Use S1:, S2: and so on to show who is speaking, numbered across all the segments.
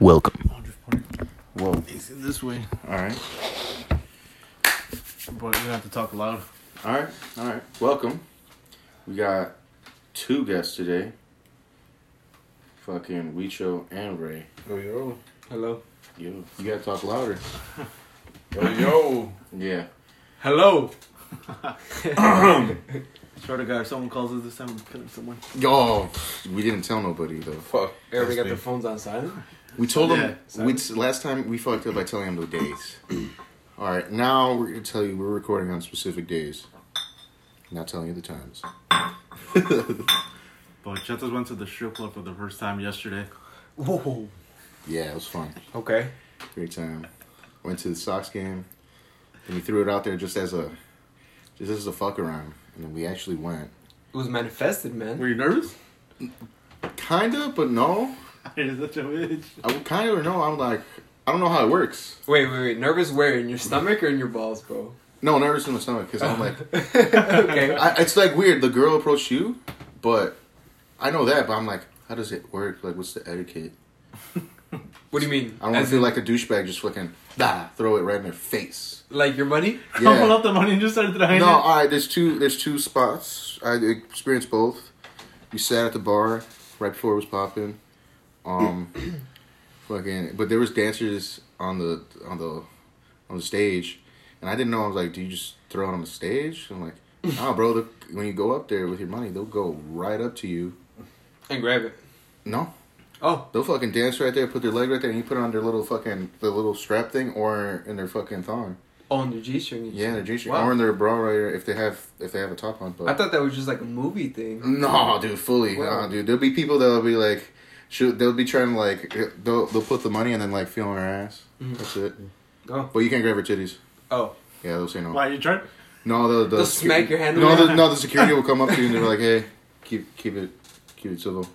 S1: Welcome.
S2: Whoa.
S3: It's in this way,
S2: All right.
S3: but you have to talk loud.
S2: All right. All right. Welcome. We got two guests today. Fucking Weecho and Ray.
S4: Yo, yo. Hello.
S2: Yo, you gotta talk louder.
S4: Yo, yo.
S2: Yeah.
S4: Hello.
S3: Swear to God, if someone calls us this time, I'm killing someone.
S2: Yo, we didn't tell nobody though.
S4: Fuck.
S5: Everybody got
S4: That's
S5: their
S4: me.
S5: phones on silent.
S2: We told
S3: Yeah,
S2: them. We last time we fucked up by telling them the days. All right. Now we're gonna tell you we're recording on specific days. Not telling you the times.
S3: But Chetos went to the strip club for the first time yesterday.
S5: Whoa.
S2: Yeah, it was fun.
S4: Okay.
S2: Great time. Went to the Sox game, and we threw it out there just as a, just as a fuck around, and then we actually went.
S5: It was manifested, man.
S3: Were you nervous?
S2: Kinda, but no.
S3: You're such a bitch.
S2: I would kinda or no. I'm like, I don't know how it works.
S5: Wait, wait, wait. Nervous where? In your stomach or in your balls, bro?
S2: No, nervous in my stomach because I'm like,
S5: okay.
S2: I, it's like weird. The girl approached you, but I know that. But I'm like, how does it work? Like, what's the etiquette?
S5: What do you mean?
S2: I don't want
S5: As
S2: to feel
S5: in,
S2: like a douchebag just fucking bah, throw it right in their face.
S5: like your money?
S3: Crumpled
S2: Yeah.
S3: up the money and just started throwing
S2: No,
S3: it.
S2: all right. There's two. There's two spots. I experienced both. We sat at the bar right before it was popping. Um, fucking. But there was dancers on the on the on the stage, and I didn't know. I was like, "Do you just throw it on the stage?" I'm like, "Nah, bro. The, when you go up there with your money, they'll go right up to you.
S5: And grab it.
S2: No,
S5: Oh.
S2: they'll fucking dance right there. Put their leg right there, and you put it on their little fucking the little strap thing, or in their fucking thong.
S5: Oh, on your G string.
S2: Yeah, their G-string,
S5: Wow.
S2: or in their bra right if they have if they have a top on. But
S5: I thought that was just like a movie thing.
S2: No, dude, fully.
S5: Wow.
S2: No, dude. There'll be people that'll be like, shoot, they'll be trying to like, they'll, they'll put the money and then like feeling her ass.
S5: Mm-hmm.
S2: That's it.
S5: Oh.
S2: But you can't grab her titties.
S5: Oh.
S2: Yeah, they'll say no.
S3: Why you tried?
S2: No, the the
S5: They'll smack your hand
S2: No,
S5: with
S2: the, no, the security will come up to you and they're like, hey, keep keep it keep it civil.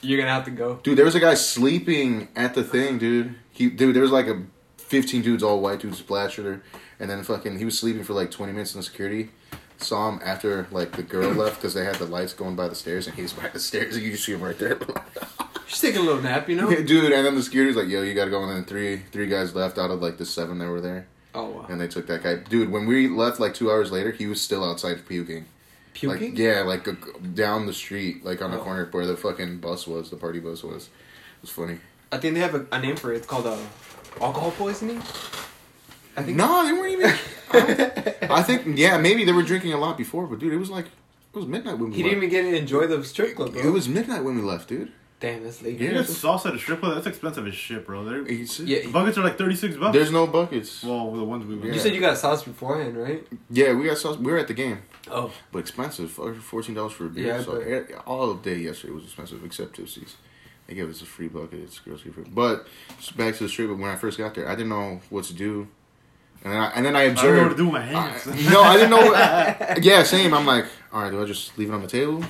S5: You're gonna have to go.
S2: Dude, there was a guy sleeping at the thing, dude. He dude, there was like a. 15 dudes, all white dudes, splashed her, and then fucking he was sleeping for like 20 minutes in the security. Saw him after like the girl left because they had the lights going by the stairs, and he's by the stairs, and you just see him right there.
S5: She's taking a little nap, you know?
S2: Yeah, dude, and then the security's like, "Yo, you gotta go." And then three three guys left out of like the seven that were there,
S5: Oh, wow.
S2: and they took that guy. Dude, when we left like two hours later, he was still outside puking.
S5: Puking?
S2: Like, yeah, like a, down the street, like on the
S5: Oh.
S2: corner where the fucking bus was, the party bus was. It was funny.
S5: I think they have a, a name for it. It's called uh, alcohol poisoning? I think.
S2: No, they weren't even.
S5: Oh.
S2: I think yeah, maybe they were drinking a lot before, but dude, it was like it was midnight when we
S5: He
S2: left.
S5: didn't even get to enjoy the strip club, bro.
S2: It was midnight when we left, dude.
S5: Damn, that's late.
S2: Yeah.
S3: You guys saw at a strip club? That's expensive as shit, bro. They're,
S2: It's-
S5: Yeah.
S3: the buckets are like 36 bucks.
S2: There's no buckets.
S3: well, the ones we went
S2: Yeah.
S5: You
S3: to.
S5: said you got sauce beforehand, right?
S2: Yeah, we got sauce. We were at the game.
S5: Oh.
S2: But expensive, fuck, fourteen dollars for a beer.
S5: Yeah,
S2: so
S5: but-
S2: e- all day yesterday was expensive, except Tootsie's. They gave us a free bucket. It's girls free. But just back to the strip. But when I first got there, I didn't know what to do, and then I, and then I
S3: I don't know what
S2: observed.
S3: to do with my hands.
S2: I- no, I didn't know. yeah, same. I'm like, all right, do I just leave it on the table,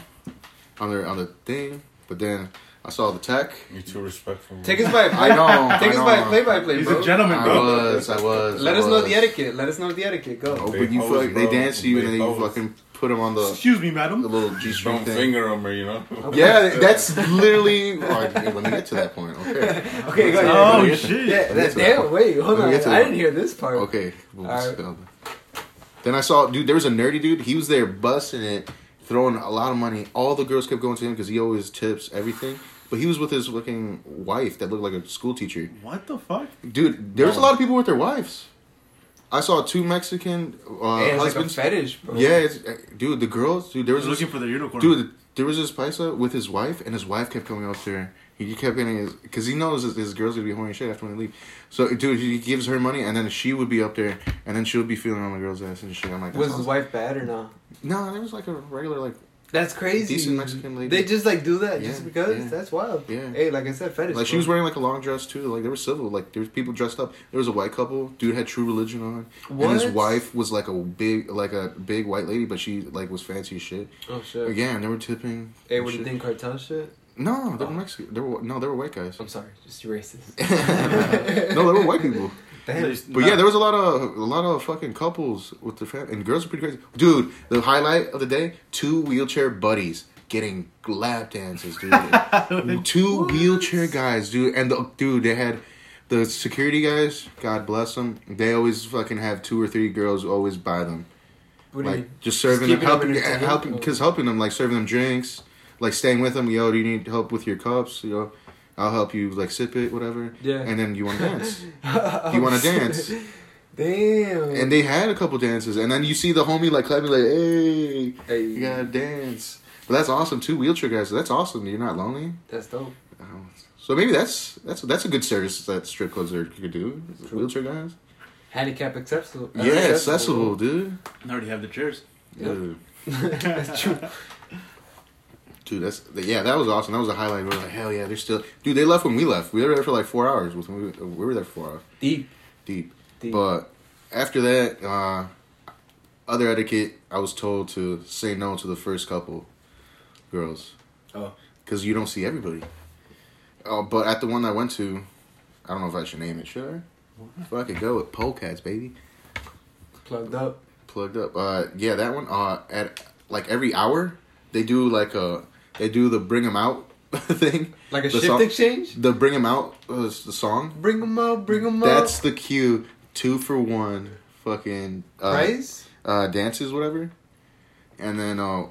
S2: on the on the thing? But then I saw the tech.
S4: You're too respectful. man.
S5: Take us by
S2: I know.
S5: Take
S2: I
S5: us
S2: know.
S5: by play by play,
S3: He's
S5: bro.
S3: a gentleman,
S2: I
S3: bro.
S2: was. I was.
S5: Let
S2: I
S5: us know
S2: was.
S5: the etiquette. Let us know the etiquette.
S2: Oh,
S5: Go.
S2: but you
S4: Big
S2: fuck, they
S4: hoes, bro.
S2: dance to you, and then
S4: Big
S2: you
S4: hoes.
S2: fucking put them on the
S3: Excuse me,
S2: the
S3: madam.
S2: little G string
S4: Don't
S2: thing.
S4: finger him, or you know.
S2: Yeah, that's literally. All right, let me get to that point. Okay.
S5: Okay, go.
S3: Oh,
S5: yeah,
S3: shit.
S2: Let's
S5: Yeah, that,
S2: get to that
S5: damn. Wait,
S2: Let
S5: hold
S2: me
S5: on.
S2: get to that
S5: I didn't
S2: one.
S5: hear this part.
S2: Okay. Well,
S5: All right.
S2: spell. Then I saw, dude, there was a nerdy dude. He was there busting it, throwing a lot of money. All the girls kept going to him because he always tips everything. But he was with his fucking wife that looked like a school teacher.
S3: What the fuck?
S2: Dude, there's
S5: Oh.
S2: a lot of people with their wives. I saw two Mexican uh,
S5: Hey, it's like a
S2: husbands.
S5: fetish, bro.
S2: yeah, it's, uh, dude, the girls, dude, there was
S3: They're
S2: this-
S3: looking for the unicorn.
S2: Dude, there was this paisa with his wife, and his wife kept coming up to her. He kept getting his, because he knows that his girl's gonna be horny as shit after when they leave. So, dude, he gives her money, and then she would be up there, and then she would be feeling on the girl's ass and shit. I'm like,
S5: Was
S2: was
S5: his wife bad or not?
S2: no, there was like a regular like
S5: That's crazy.
S2: Decent Mexican lady.
S5: They just like do that just
S2: Yeah,
S5: because.
S2: yeah.
S5: That's wild.
S2: Yeah.
S5: Hey, like I said, fetish.
S2: like she
S5: bro.
S2: was wearing like a long dress too. Like they were civil. Like there was people dressed up. There was a white couple. Dude had True Religion on, and his
S5: What?
S2: wife was like a big like a big white lady, but she like was fancy as shit.
S5: Oh shit.
S2: Again, they were tipping.
S5: Hey,
S2: and
S5: what do you
S2: shit.
S5: think Oh. cartel shit?
S2: No, they were Mexican. They were no, they were white guys.
S5: I'm sorry, just racist.
S2: no, they were white people.
S5: Damn.
S2: But yeah, there was a lot of a lot of fucking couples with the fam and girls are pretty crazy. Dude, the highlight of the day: two wheelchair buddies getting lap dances, dude. Two wheelchair guys, dude, and the dude they had the security guys. God bless them. They always fucking have two or three girls always by them,
S5: What do you
S2: like just serving them,
S5: keeping up
S2: helping,
S5: in their
S2: helping, because helping them, like serving them drinks, like staying with them. Yo, do you need help with your cups? You know, I'll help you like sip it, whatever.
S5: Yeah.
S2: And then you want to dance. you want to dance.
S5: Damn.
S2: And they had a couple dances, and then you see the homie like clapping, like, "Hey,
S5: Hey.
S2: you gotta dance." But that's awesome. Two wheelchair guys. That's awesome. You're not lonely.
S5: That's dope.
S2: Oh, So maybe that's that's that's a good service that strip clubs are, could do. is Wheelchair guys.
S5: Handicap acceptable.
S2: Yeah, accessible, dude.
S3: And I already have the chairs.
S5: Yep.
S2: Dude,
S5: That's true.
S2: Dude, that's yeah. That was awesome. That was a highlight. We were like, hell yeah, they're still. Dude, they left when we left. We were there for like four hours. With we we were there for four hours
S5: Deep.
S2: deep.
S5: Deep.
S2: But after that, uh, other etiquette, I was told to say no to the first couple girls.
S5: Oh.
S2: Because you don't see everybody. Uh, but at the one I went to, I don't know if I should name it, should I? If I could go with Polecats, baby.
S5: Plugged up.
S2: Plugged up. Uh, yeah, that one. Uh, at like every hour, they do like a they do the bring them out thing.
S5: Like a
S2: The
S5: shift
S2: song-
S5: exchange?
S2: The bring them out was the song.
S5: Bring them out, bring them out.
S2: That's the cue. Two for one. Fucking uh,
S5: price?
S2: uh, dances, whatever. And then, uh,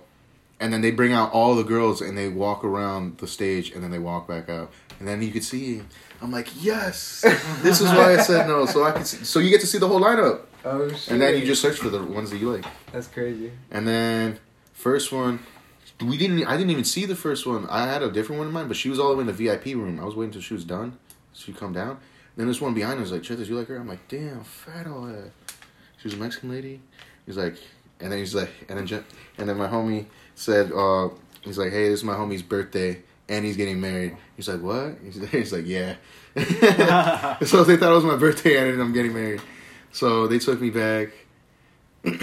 S2: and then they bring out all the girls and they walk around the stage and then they walk back out. And then you could see. I'm like, yes, this is why I said no. So I could. See, so you get to see the whole lineup,
S5: Oh, shit.
S2: and then you just search for the ones that you like.
S5: That's crazy.
S2: And then first one, we didn't. I didn't even see the first one. I had a different one in mind, but she was all the way in the VIP room. I was waiting till she was done. She come down. then there's one behind us like, Chetas, you like her? I'm like, damn, fat all that. She was a Mexican lady. He's like, and then he's like, and then Je- and then my homie said, uh, he's like, hey, this is my homie's birthday. And he's getting married. He's like, what? He's, he's like, yeah. so they thought it was my birthday, and I'm getting married. So they took me back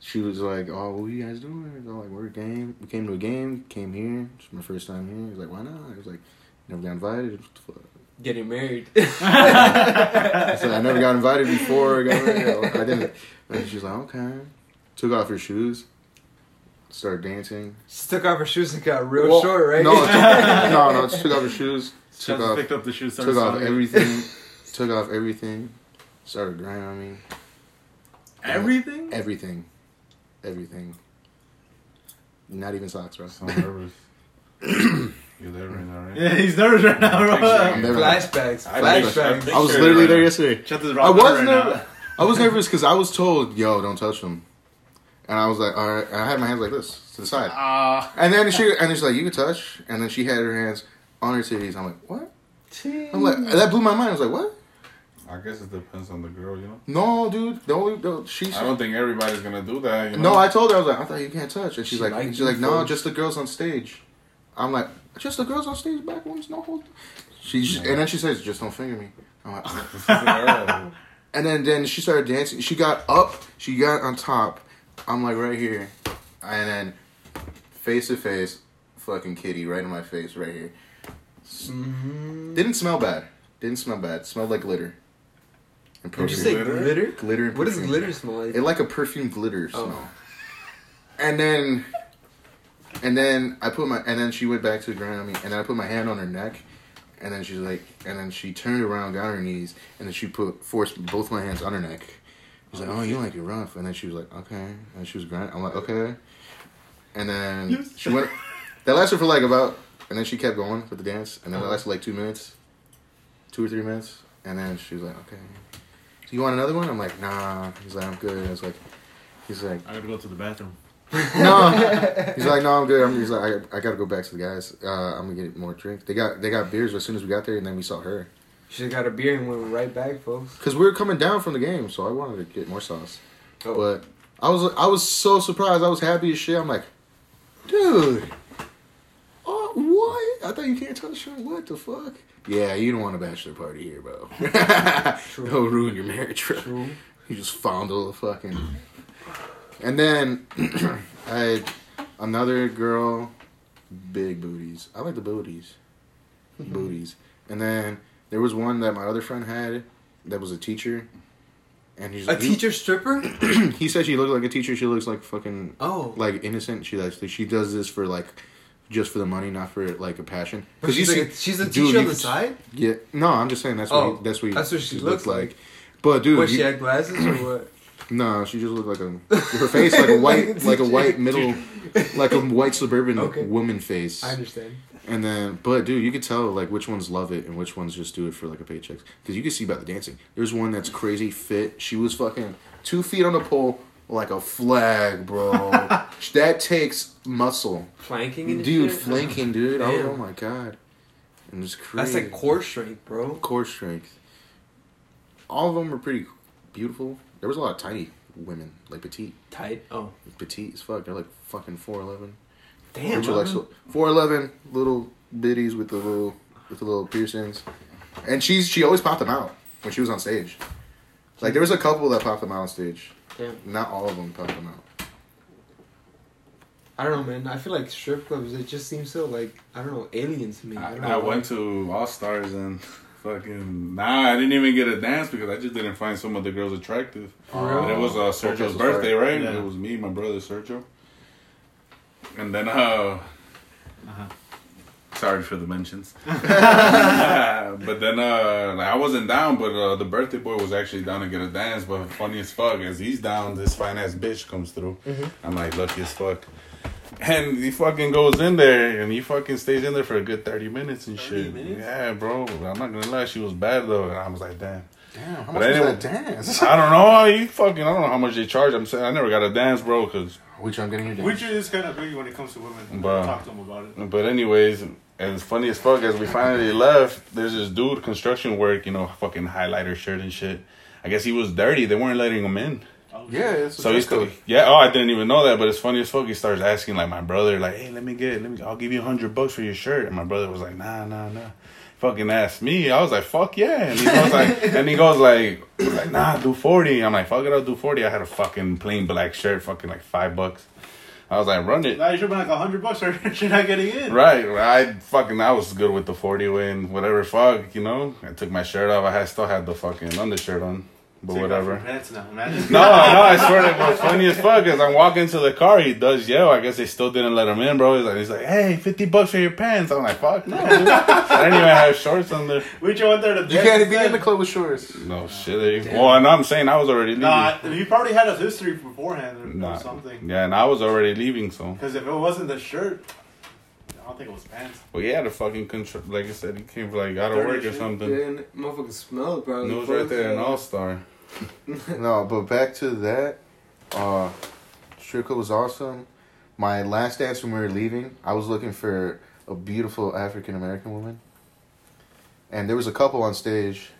S2: she was like, "Oh, what are you guys doing?" I was like, "We're a game. We came to a game. Came here. It's my first time here." He was like, "Why not?" I was like, "Never got invited." What the fuck?"
S5: Getting married.
S2: I said, "I never got invited before. I, got married. I didn't." And she's like, "Okay." Took off her shoes. Started dancing.
S5: She took off her shoes and got real
S2: Well,
S5: short, right?
S2: No, took, no, no. She took off her shoes. Took
S3: Chetas
S2: off.
S3: picked up the shoes.
S2: Took off everything. Took off everything. Started grinding on me.
S3: Everything?
S2: Everything. Everything. Not even socks, bro.
S4: So nervous. You're there right now, right?
S3: Yeah, he's nervous right now, bro.
S4: Exactly.
S2: I'm never-
S5: Flashbacks.
S4: I
S5: Flashbacks.
S4: think-
S2: I was
S4: Picture
S2: literally
S4: right
S2: there
S4: now.
S2: yesterday.
S3: Chetas
S2: I
S3: rock
S2: was
S3: right
S2: nervous.
S3: now.
S2: I was nervous because I was told, "Yo, don't touch him," and I was like, "All right." And I had my hands like this to the side,
S3: Ah,
S2: and then she and she's like, "You can touch," and then she had her hands on her titties. I'm like, "What?" I'm like, that blew my mind. I was like, "What?"
S4: I guess it depends on the girl, you know.
S2: No, dude, don't. don't she's.
S4: I don't think everybody's gonna do that. You know?
S2: no, I told her I was like, "I thought you can't touch," and she's
S5: She
S2: like,
S5: liked
S2: "She's
S5: you
S2: like, no,
S5: first.
S2: just the girls on stage." I'm like, "Just the girls on stage, back ones, no hold." She and then she says, "Just don't finger me." I'm like,
S4: This is a girl.
S2: And then then she started dancing. She got up. She got on top. I'm like right here, and then face to face, fucking kitty right in my face right here.
S5: Mhm.
S2: Didn't smell bad. Didn't smell bad. Smelled like glitter. And
S5: Did you
S2: perfume.
S5: say
S4: Glitter?
S5: glitter?
S2: glitter. And
S5: What does
S2: perfume.
S5: glitter smell like?
S2: It like a perfume glitter
S5: Oh.
S2: smell. And then, and then I put my and then she went back to the ground on me, and then I put my hand on her neck, and then she's like, and then she turned around, got on her knees, and then she put forced both my hands on her neck. I was like, oh, you like it rough, and then she was like, okay, and she was grinding. I'm like, okay, and then
S3: Yes.
S2: she went. That lasted for like about, and then she kept going with the dance, and then
S5: Uh-huh.
S2: that lasted like two minutes, two or three minutes, and then she was like, okay, do you want another one? I'm like, nah. He's like, I'm good. I was like, he's like,
S3: I gotta go to the bathroom.
S2: no. He's like, no, I'm good. I'm, he's like, I, I gotta go back to the guys. Uh, I'm gonna get more drink. They got they got beers as soon as we got there, and then we saw her
S5: She got a beer and went right back, folks.
S2: because we were coming down from the game, so I wanted to get more sauce.
S5: Oh.
S2: But I was I was so surprised. I was happy as shit. I'm like, dude, oh what? I thought you can't touch her. What the fuck? Yeah, you don't want a bachelor party here, bro.
S5: True.
S2: It'll ruin your marriage, bro.
S5: True.
S2: You just fondle the fucking. And then I had another girl, big booties. I like the booties,
S5: Mm-hmm.
S2: booties. And then there was one that my other friend had that was a teacher, and he's
S5: A
S2: like, "You-
S5: teacher stripper?
S2: He said she looked like a teacher. She looks like fucking
S5: Oh.
S2: like innocent. She like she does this for like just for the money, not for like a passion. Because
S5: she's, like a, she's a teacher on the side?
S2: Yeah, no, I'm just saying that's
S5: Oh,
S2: what he, that's what he,
S5: that's what she
S2: looked
S5: looks like.
S2: But dude,
S5: What,
S2: you-
S5: she had glasses or what?
S2: no, she just looked like a her face like a white like a white middle like a white suburban
S5: Okay.
S2: woman face.
S5: I understand.
S2: And then, but dude, you could tell like which ones love it and which ones just do it for like a paycheck. Because you can see by the dancing. There's one that's crazy fit. She was fucking two feet on a pole like a flag, bro. that takes muscle,
S5: Planking and
S2: dude.
S5: shit?
S2: Flanking, dude.
S5: Damn.
S2: Oh, my god. And it's crazy.
S5: That's like core strength, bro.
S2: core strength. All of them were pretty beautiful. There was a lot of tiny women, like petite,
S5: Tight. Oh.
S2: petite as fuck. They're like fucking four eleven.
S5: Damn.
S2: Which are like so, four eleven little biddies with the little with the little piercings, and she's she always popped them out when she was on stage. Like there was a couple that popped them out on stage.
S5: Damn.
S2: Not all of them popped them out.
S5: I don't know, man. I feel like strip clubs, it just seems so, like, I don't know, alien to me. I,
S4: I,
S5: don't know
S4: I
S5: why.
S4: went to All Stars and fucking nah, I didn't even get a dance because I just didn't find some of the girls attractive.
S5: For real?
S4: And it was uh, Sergio's
S2: Sergio's
S4: birthday, right?
S3: Yeah.
S4: It was me, my brother Sergio, and then uh,
S3: Uh-huh.
S4: sorry for the mentions. but then uh, like, I wasn't down, but uh, the birthday boy was actually down to get a dance. But funny as fuck, as he's down, this fine ass bitch comes through. I'm like lucky as fuck. And he fucking goes in there and he fucking stays in there for a good 30 minutes and
S5: 30
S4: shit.
S5: minutes?
S4: Yeah, bro. I'm not gonna lie, she was bad though. And I was like, damn.
S2: Damn, how
S4: But much was anyway- that
S2: dance?
S4: I don't know. You fucking, I don't know how much they charge. I'm saying, I never got a dance, bro. Cause,
S2: Which I'm getting your dance.
S3: Witcher is kind of big when it comes to women.
S4: Bruh.
S3: Talk to them about it.
S4: but, anyways, as funny as fuck, as we finally left, there's this dude, construction work, you know, fucking highlighter shirt and shit. I guess he was dirty. They weren't letting him in.
S3: Oh, shit.
S2: yeah, it's a
S4: So he's
S2: dress code.
S4: still, yeah. Oh, I didn't even know that, but it's funny as fuck. He starts asking like my brother, like, hey, let me get, let me, I'll give you a hundred bucks for your shirt. And my brother was like, nah, nah, nah. Fucking asked me. I was like, fuck yeah. And he goes like, and he goes like, he's like, nah, do forty. I'm like, fuck it, I'll do forty. I had a fucking plain black shirt, fucking like five bucks. I was like, run it.
S3: Now you should be like a hundred bucks or you're not getting in.
S4: Right, I fucking I was good with the forty win, whatever. Fuck, you know. I took my shirt off. I had, still had the fucking undershirt on, but
S3: Take off
S4: whatever.
S3: your pants now, imagine.
S4: No, no, I swear to what's funny as fuck is I'm walking to the car, he does yell. I guess they still didn't let him in, bro. He's like, he's like, hey, 50 bucks for your pants. I'm like, fuck, no, dude. I didn't even have shorts on there.
S3: Witcher went there to
S2: You
S3: dance
S2: can't be
S3: instead.
S2: in the club with shorts.
S4: No shit. There you Well, and I'm saying I was already leaving.
S3: Nah, you probably had a history beforehand or,
S4: Nah.
S3: or something.
S4: Yeah, and I was already leaving, so.
S3: Because if it wasn't the shirt, I don't think it was pants.
S4: Well, yeah, the fucking control. Like I said, he came for like out of
S3: Dirty
S4: work or
S3: shit.
S4: something.
S5: Yeah, and motherfucking smell, bro.
S4: And it was right there, an all star.
S2: no, but back to that. Uh, strip club was awesome. My last dance when we were leaving, I was looking for a beautiful African American woman, and there was a couple on stage,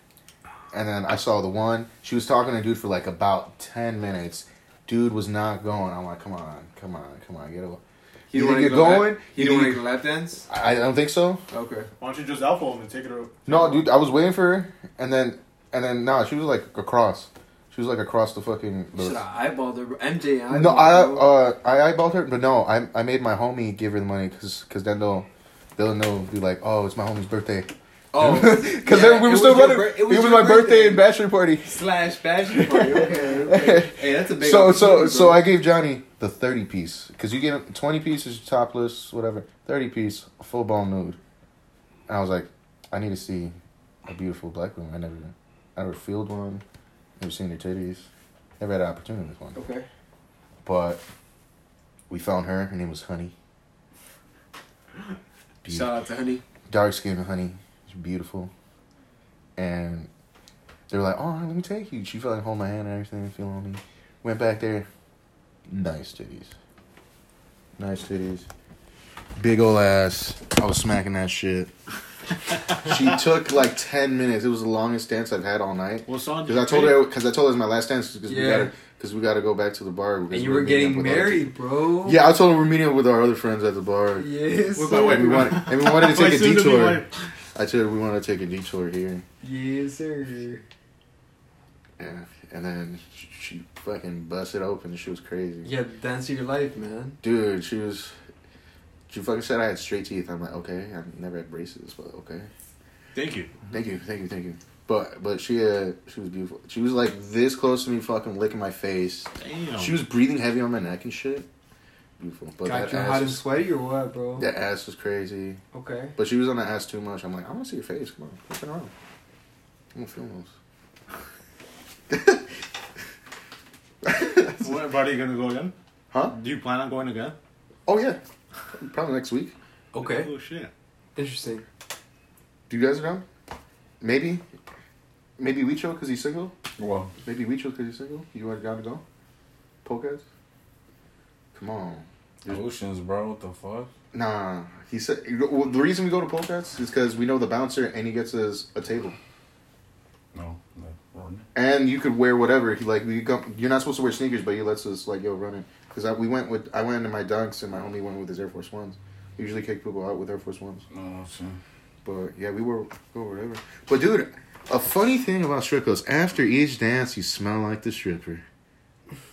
S2: and then I saw the one. She was talking to a dude for like about ten minutes. Dude was not going. I'm like, come on, come on, come on, get away.
S5: He
S2: You
S5: didn't want
S2: think
S5: to
S2: you're
S5: go
S2: going?
S5: Lap, he
S2: You
S5: didn't want
S2: think-
S5: to lap dance?
S2: I I don't think so.
S5: Okay.
S3: Why don't you just alpha them and take it over?
S2: No, dude, I was waiting for her, and then and then nah, she was like across. She was like across the fucking. the-
S5: Should I eyeball her, bro? MJ eyeballed
S2: No, I
S5: her, bro.
S2: uh I eyeballed her, but no, I I made my homie give her the money because cause then they'll they'll know be like, oh, it's my homie's birthday.
S5: Oh,
S2: because
S5: yeah,
S2: we
S5: it
S2: were
S5: was
S2: still
S5: your
S2: running.
S5: bir-
S2: it was,
S5: your
S2: my birthday and bachelor party.
S5: slash fashion party. Okay, okay. Hey, that's a big.
S2: So so
S5: opportunity,
S2: so
S5: bro.
S2: I gave Johnny the thirty piece because you get a- twenty pieces topless, whatever. Thirty piece, full ball nude. And I was like, I need to see a beautiful black woman. I never, I never fielded one. Never seen her titties. Never had an opportunity with one.
S5: Okay.
S2: But we found her. Her name was Honey.
S5: Shout out to Honey.
S2: Dark skinned Honey. She's beautiful. And they were like, all right, let me take you. She felt like hold my hand and everything, feeling me. Went back there. Nice titties. Nice titties. Big ol' ass. I was smacking that shit. she took like 10 minutes. It was the longest dance I've had all night.
S3: Well, song
S2: Because I told her, because I told her it was my last dance. Because we
S5: Yeah.
S2: gotta, because we gotta go back to the bar. because
S5: And you
S2: we
S5: were
S2: meeting up
S5: getting
S2: with other
S5: married, bro.
S2: yeah, I told him we're meeting up with our other friends at the bar.
S5: Yes.
S3: With my
S2: So,
S3: wife.
S2: and, we wanted, and we wanted to take a detour.
S3: Like,
S2: I told her we wanted to take a detour here.
S5: Yes, sir.
S2: Yeah. And then sh- she fucking busted open. She was crazy.
S5: Yeah, dance of your life, man.
S2: Dude, she was. She fucking said I
S5: Mm-hmm.
S2: had straight teeth. I'm like, okay, I never had braces, but okay.
S3: Thank you.
S2: Thank you, thank you, thank you. But but she uh, she was beautiful. She was like this close to me, fucking licking my face.
S5: Oh.
S4: Damn.
S2: She was breathing heavy on my neck and shit. Beautiful, but
S5: Got
S2: that
S5: you hot
S2: ass,
S5: and
S2: was,
S5: sweaty or what, bro?
S2: that ass was crazy.
S5: Okay.
S2: But she was on the ass too much. I'm like, I want to see your face. Come on, fucking around. I'm gonna film those.
S3: What about are you gonna go again?
S2: huh?
S3: Do you plan on going again?
S2: Oh yeah, probably next week.
S5: Okay.
S3: Oh shit.
S5: Interesting.
S2: Do you guys around? Maybe, maybe Weecho because he's single.
S4: Well,
S2: Maybe Weecho because he's single. You want to go? Pokez? Come on.
S4: oceans, bro. What the fuck?
S2: Nah, he said. Well, the reason we go to Polkats is because we know the bouncer, and he gets us a table.
S4: No, like, run it.
S2: And you could wear whatever. He like you come, You're not supposed to wear sneakers, but he lets us like yo run it. Because I we went with I went in my dunks, and my homie went with his Air Force Ones. We usually kick people out with Air Force Ones,
S4: No, ocean.
S2: but yeah, we were go whatever. But dude, a funny thing about strip clubs: after each dance, you smell like the stripper.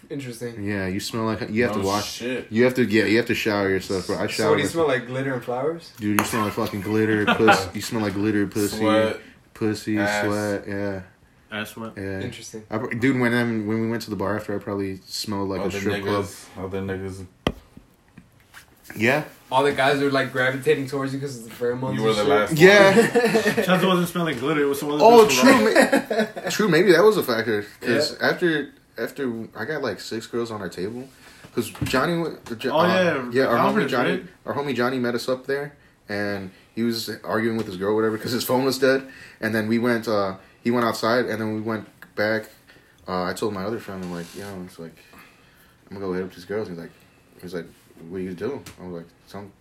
S5: Interesting.
S2: Yeah, you smell like you have
S4: No
S2: to wash.
S4: shit.
S2: You have. to yeah. You have to shower yourself, bro. I shower.
S5: So what do you
S2: myself.
S5: smell like? Glitter and flowers?
S2: Dude, you smell like fucking glitter, pussy. You smell like glitter, pussy,
S4: Sweat.
S2: pussy,
S4: Ass.
S2: sweat. Yeah,
S3: That's what.
S2: yeah.
S5: Interesting.
S2: I, pro- dude, when I'm, when we went to the bar after, I probably smelled
S5: Oh,
S2: like a
S4: other
S2: strip club.
S4: niggas, other niggas.
S2: Yeah,
S5: All the guys are like gravitating towards you because of the pheromones.
S4: You were
S5: and
S4: the
S5: shit.
S4: last.
S2: yeah.
S3: Chance wasn't smelling glitter. It was some other
S2: oh,
S3: person
S2: true.
S3: around.
S2: ma- true. Maybe that was a factor. Because after after I got like six girls on our table, because Johnny. went- Jo-
S3: Oh,
S2: uh,
S3: yeah,
S2: yeah. Our homie
S3: Alfred's,
S2: Johnny.
S3: right?
S2: Our homie Johnny met us up there, and he was arguing with his girl, or whatever, because his phone was dead. And then we went. uh He went outside, and then we went back. Uh, I told my other friend, I'm like, yo, it's like, I'm gonna go hit up these girls. He's like, he's like, what do you do? I was like, some,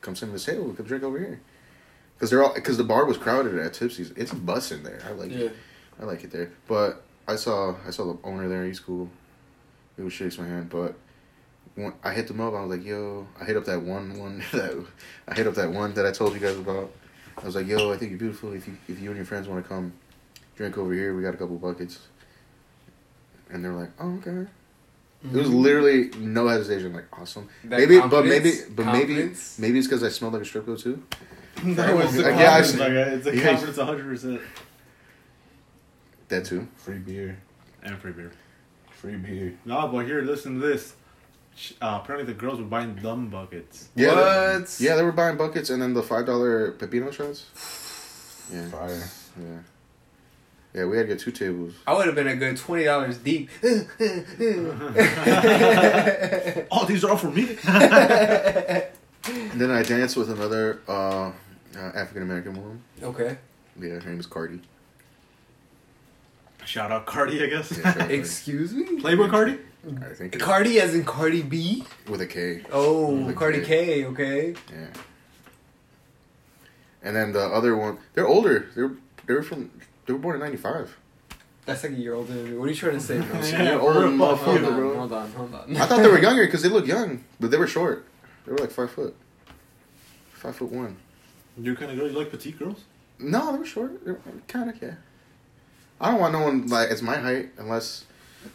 S2: come sit at this table, come drink over here. Cause they're all, cause the bar was crowded at Tipsy's. It's a bus in there. I like,
S5: Yeah.
S2: I like it there. But I saw I saw the owner there. He's cool. He was shakes my hand. But when I hit them up, I was like, "Yo," I hit up that one one that I hit up that one that I told you guys about. I was like, "Yo, I think you're beautiful. If you if you and your friends want to come drink over here, we got a couple buckets." And they're like, "Oh, okay." It was literally no hesitation. Like, awesome.
S5: Mm-hmm. That
S2: maybe, but maybe,
S5: confidence-
S2: but
S5: confidence.
S2: maybe, maybe it's because I smelled like a strip club too.
S3: That was the
S2: Yeah, I
S3: confidence,
S2: see.
S3: my guy. It's a
S2: Yeah.
S3: confidence, hundred percent.
S2: That too.
S4: Free beer.
S3: And free beer.
S4: Free beer.
S3: No, but here, listen to this. Sh- Uh, apparently, the girls were buying dumb buckets.
S2: Yeah. they-
S5: What?
S2: Yeah, they were buying buckets and then the five dollar pepino shots. Yeah.
S4: Fire.
S2: Yeah. Yeah, we had to get two tables.
S5: I would have been a good twenty dollars deep.
S3: Oh, these are all for me.
S2: And then I danced with another uh, uh, African American woman.
S5: okay.
S2: Yeah, her name is Cardi.
S3: Shout out Cardi, I guess.
S2: Yeah, shout out
S5: Excuse me.
S3: Playboy Cardi.
S2: Cardi. I think it-
S5: Cardi as in Cardi B.
S2: with a K.
S5: Oh,
S2: Okay.
S5: Cardi K. Okay.
S2: Yeah. And then the other one, they're older. They're they were from they were born in '95.
S5: That's like a year older than me. What are you trying to say, bro?
S3: Yeah,
S2: You're
S3: for
S2: old
S3: real,
S2: motherfucker,
S5: hold,
S3: yeah,
S5: on,
S2: bro.
S5: hold on. Hold on.
S2: I thought they were younger because they looked young, but they were short. They were like five foot, five foot one.
S3: You kind of girl. You like petite girls?
S2: No, they were short. They were kind of yeah. I don't want no one like it's my height unless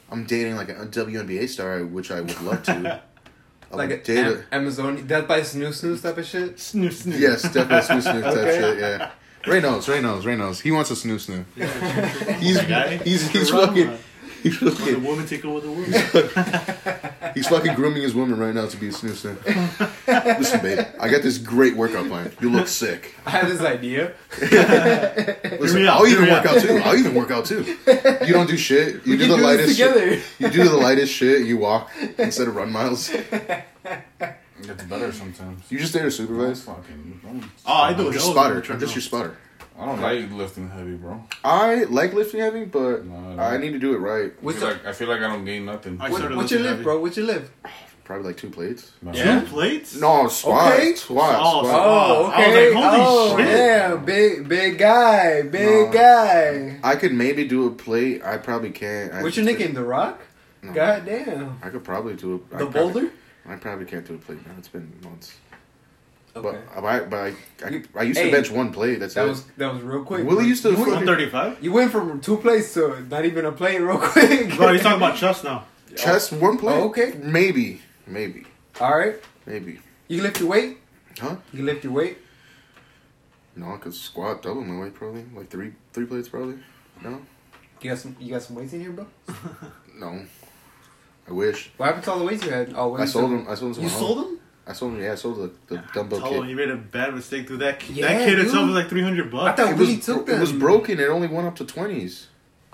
S2: I'm dating like a WNBA star, which I would love to. I
S5: like
S2: would
S5: a
S2: date
S5: Am-
S2: a
S5: Amazon Death by Snoo Snoo type of shit.
S3: Snoo snoo.
S2: yes, definitely snoo snoo type
S5: Okay.
S2: shit. Yeah, Ray knows. Ray knows. Ray knows. He wants a snoo snoo. He's
S3: He's guy.
S2: he's he's
S3: Drama.
S2: fucking he's
S3: When the
S2: fucking
S3: woman take over the world.
S2: he's fucking grooming his woman right now to be a snoo snoo. Listen, babe, I got this great workout plan. You look sick.
S5: I have this idea.
S2: Listen,
S3: Hurry up,
S2: I'll even
S3: hurry
S2: work
S3: up.
S2: out too. I'll even work out too. You don't do shit. You
S5: We
S2: do the
S5: can do this
S2: lightest shit.
S5: together.
S2: You do the lightest shit. You walk instead of run miles.
S4: It's better sometimes.
S2: You just there to
S4: Don't
S2: supervise.
S4: fucking- don't-
S3: Oh, I do
S2: I'm
S3: it.
S2: just
S3: That was
S2: spotter.
S3: my turn
S2: I'm just
S3: on.
S2: your spotter.
S4: I don't like lifting heavy, bro.
S2: I like lifting heavy, but
S4: No, no.
S2: I need to do it right.
S4: I
S5: What's
S4: feel,
S5: the,
S4: like, I feel like I don't gain nothing.
S3: I
S5: what,
S3: started
S5: what's
S3: lifting
S5: your lift,
S3: heavy.
S5: bro? What's your lift?
S2: Probably like two plates.
S4: No.
S3: Two plates?
S2: No, squat,
S5: Okay.
S2: squat,
S3: Oh,
S2: squat.
S3: squat. I
S5: Oh,
S3: was
S5: okay.
S3: like, holy
S5: oh,
S3: shit.
S5: yeah, big, big guy, big
S2: No.
S5: guy.
S2: I could maybe do a plate. I probably can't. I
S5: What's your nickname, The Rock?
S2: No.
S5: God damn.
S2: I could probably do a, I
S5: The
S2: probably-
S5: Boulder?
S2: I probably can't do a plate now. It's been months.
S5: Okay.
S2: But, I, but I, I,
S5: You-
S2: I used
S5: hey,
S2: to bench one plate. That's
S5: That
S2: it.
S5: was that was real quick.
S2: Willie
S5: bro.
S2: used to
S5: You
S2: fucking-
S5: went,
S3: 135?
S5: you went from two plays to not even a play, real quick.
S3: Bro, he's talking about chest now.
S2: Chest one plate.
S5: Oh, okay.
S2: Maybe, maybe,
S5: All right,
S2: maybe.
S5: you lift your weight.
S2: Huh?
S5: You lift your weight.
S2: No, I could squat double my weight probably, like three three plates probably. No.
S5: You got some. You got some weights in here, bro.
S2: No. I wish.
S5: What happened to all the weights you had? Oh,
S2: I sold them. I sold them.
S5: You sold them?
S2: I sold them. Yeah, I sold the, the dumbbell
S3: Tell him
S2: kit.
S3: you made a bad mistake, dude. That kid,
S5: Yeah,
S3: that kid
S5: dude.
S3: itself was like 300
S5: I
S3: bucks.
S5: thought
S2: It
S5: we
S2: was,
S5: took
S2: it
S5: them.
S2: was broken. It only went up to twenties.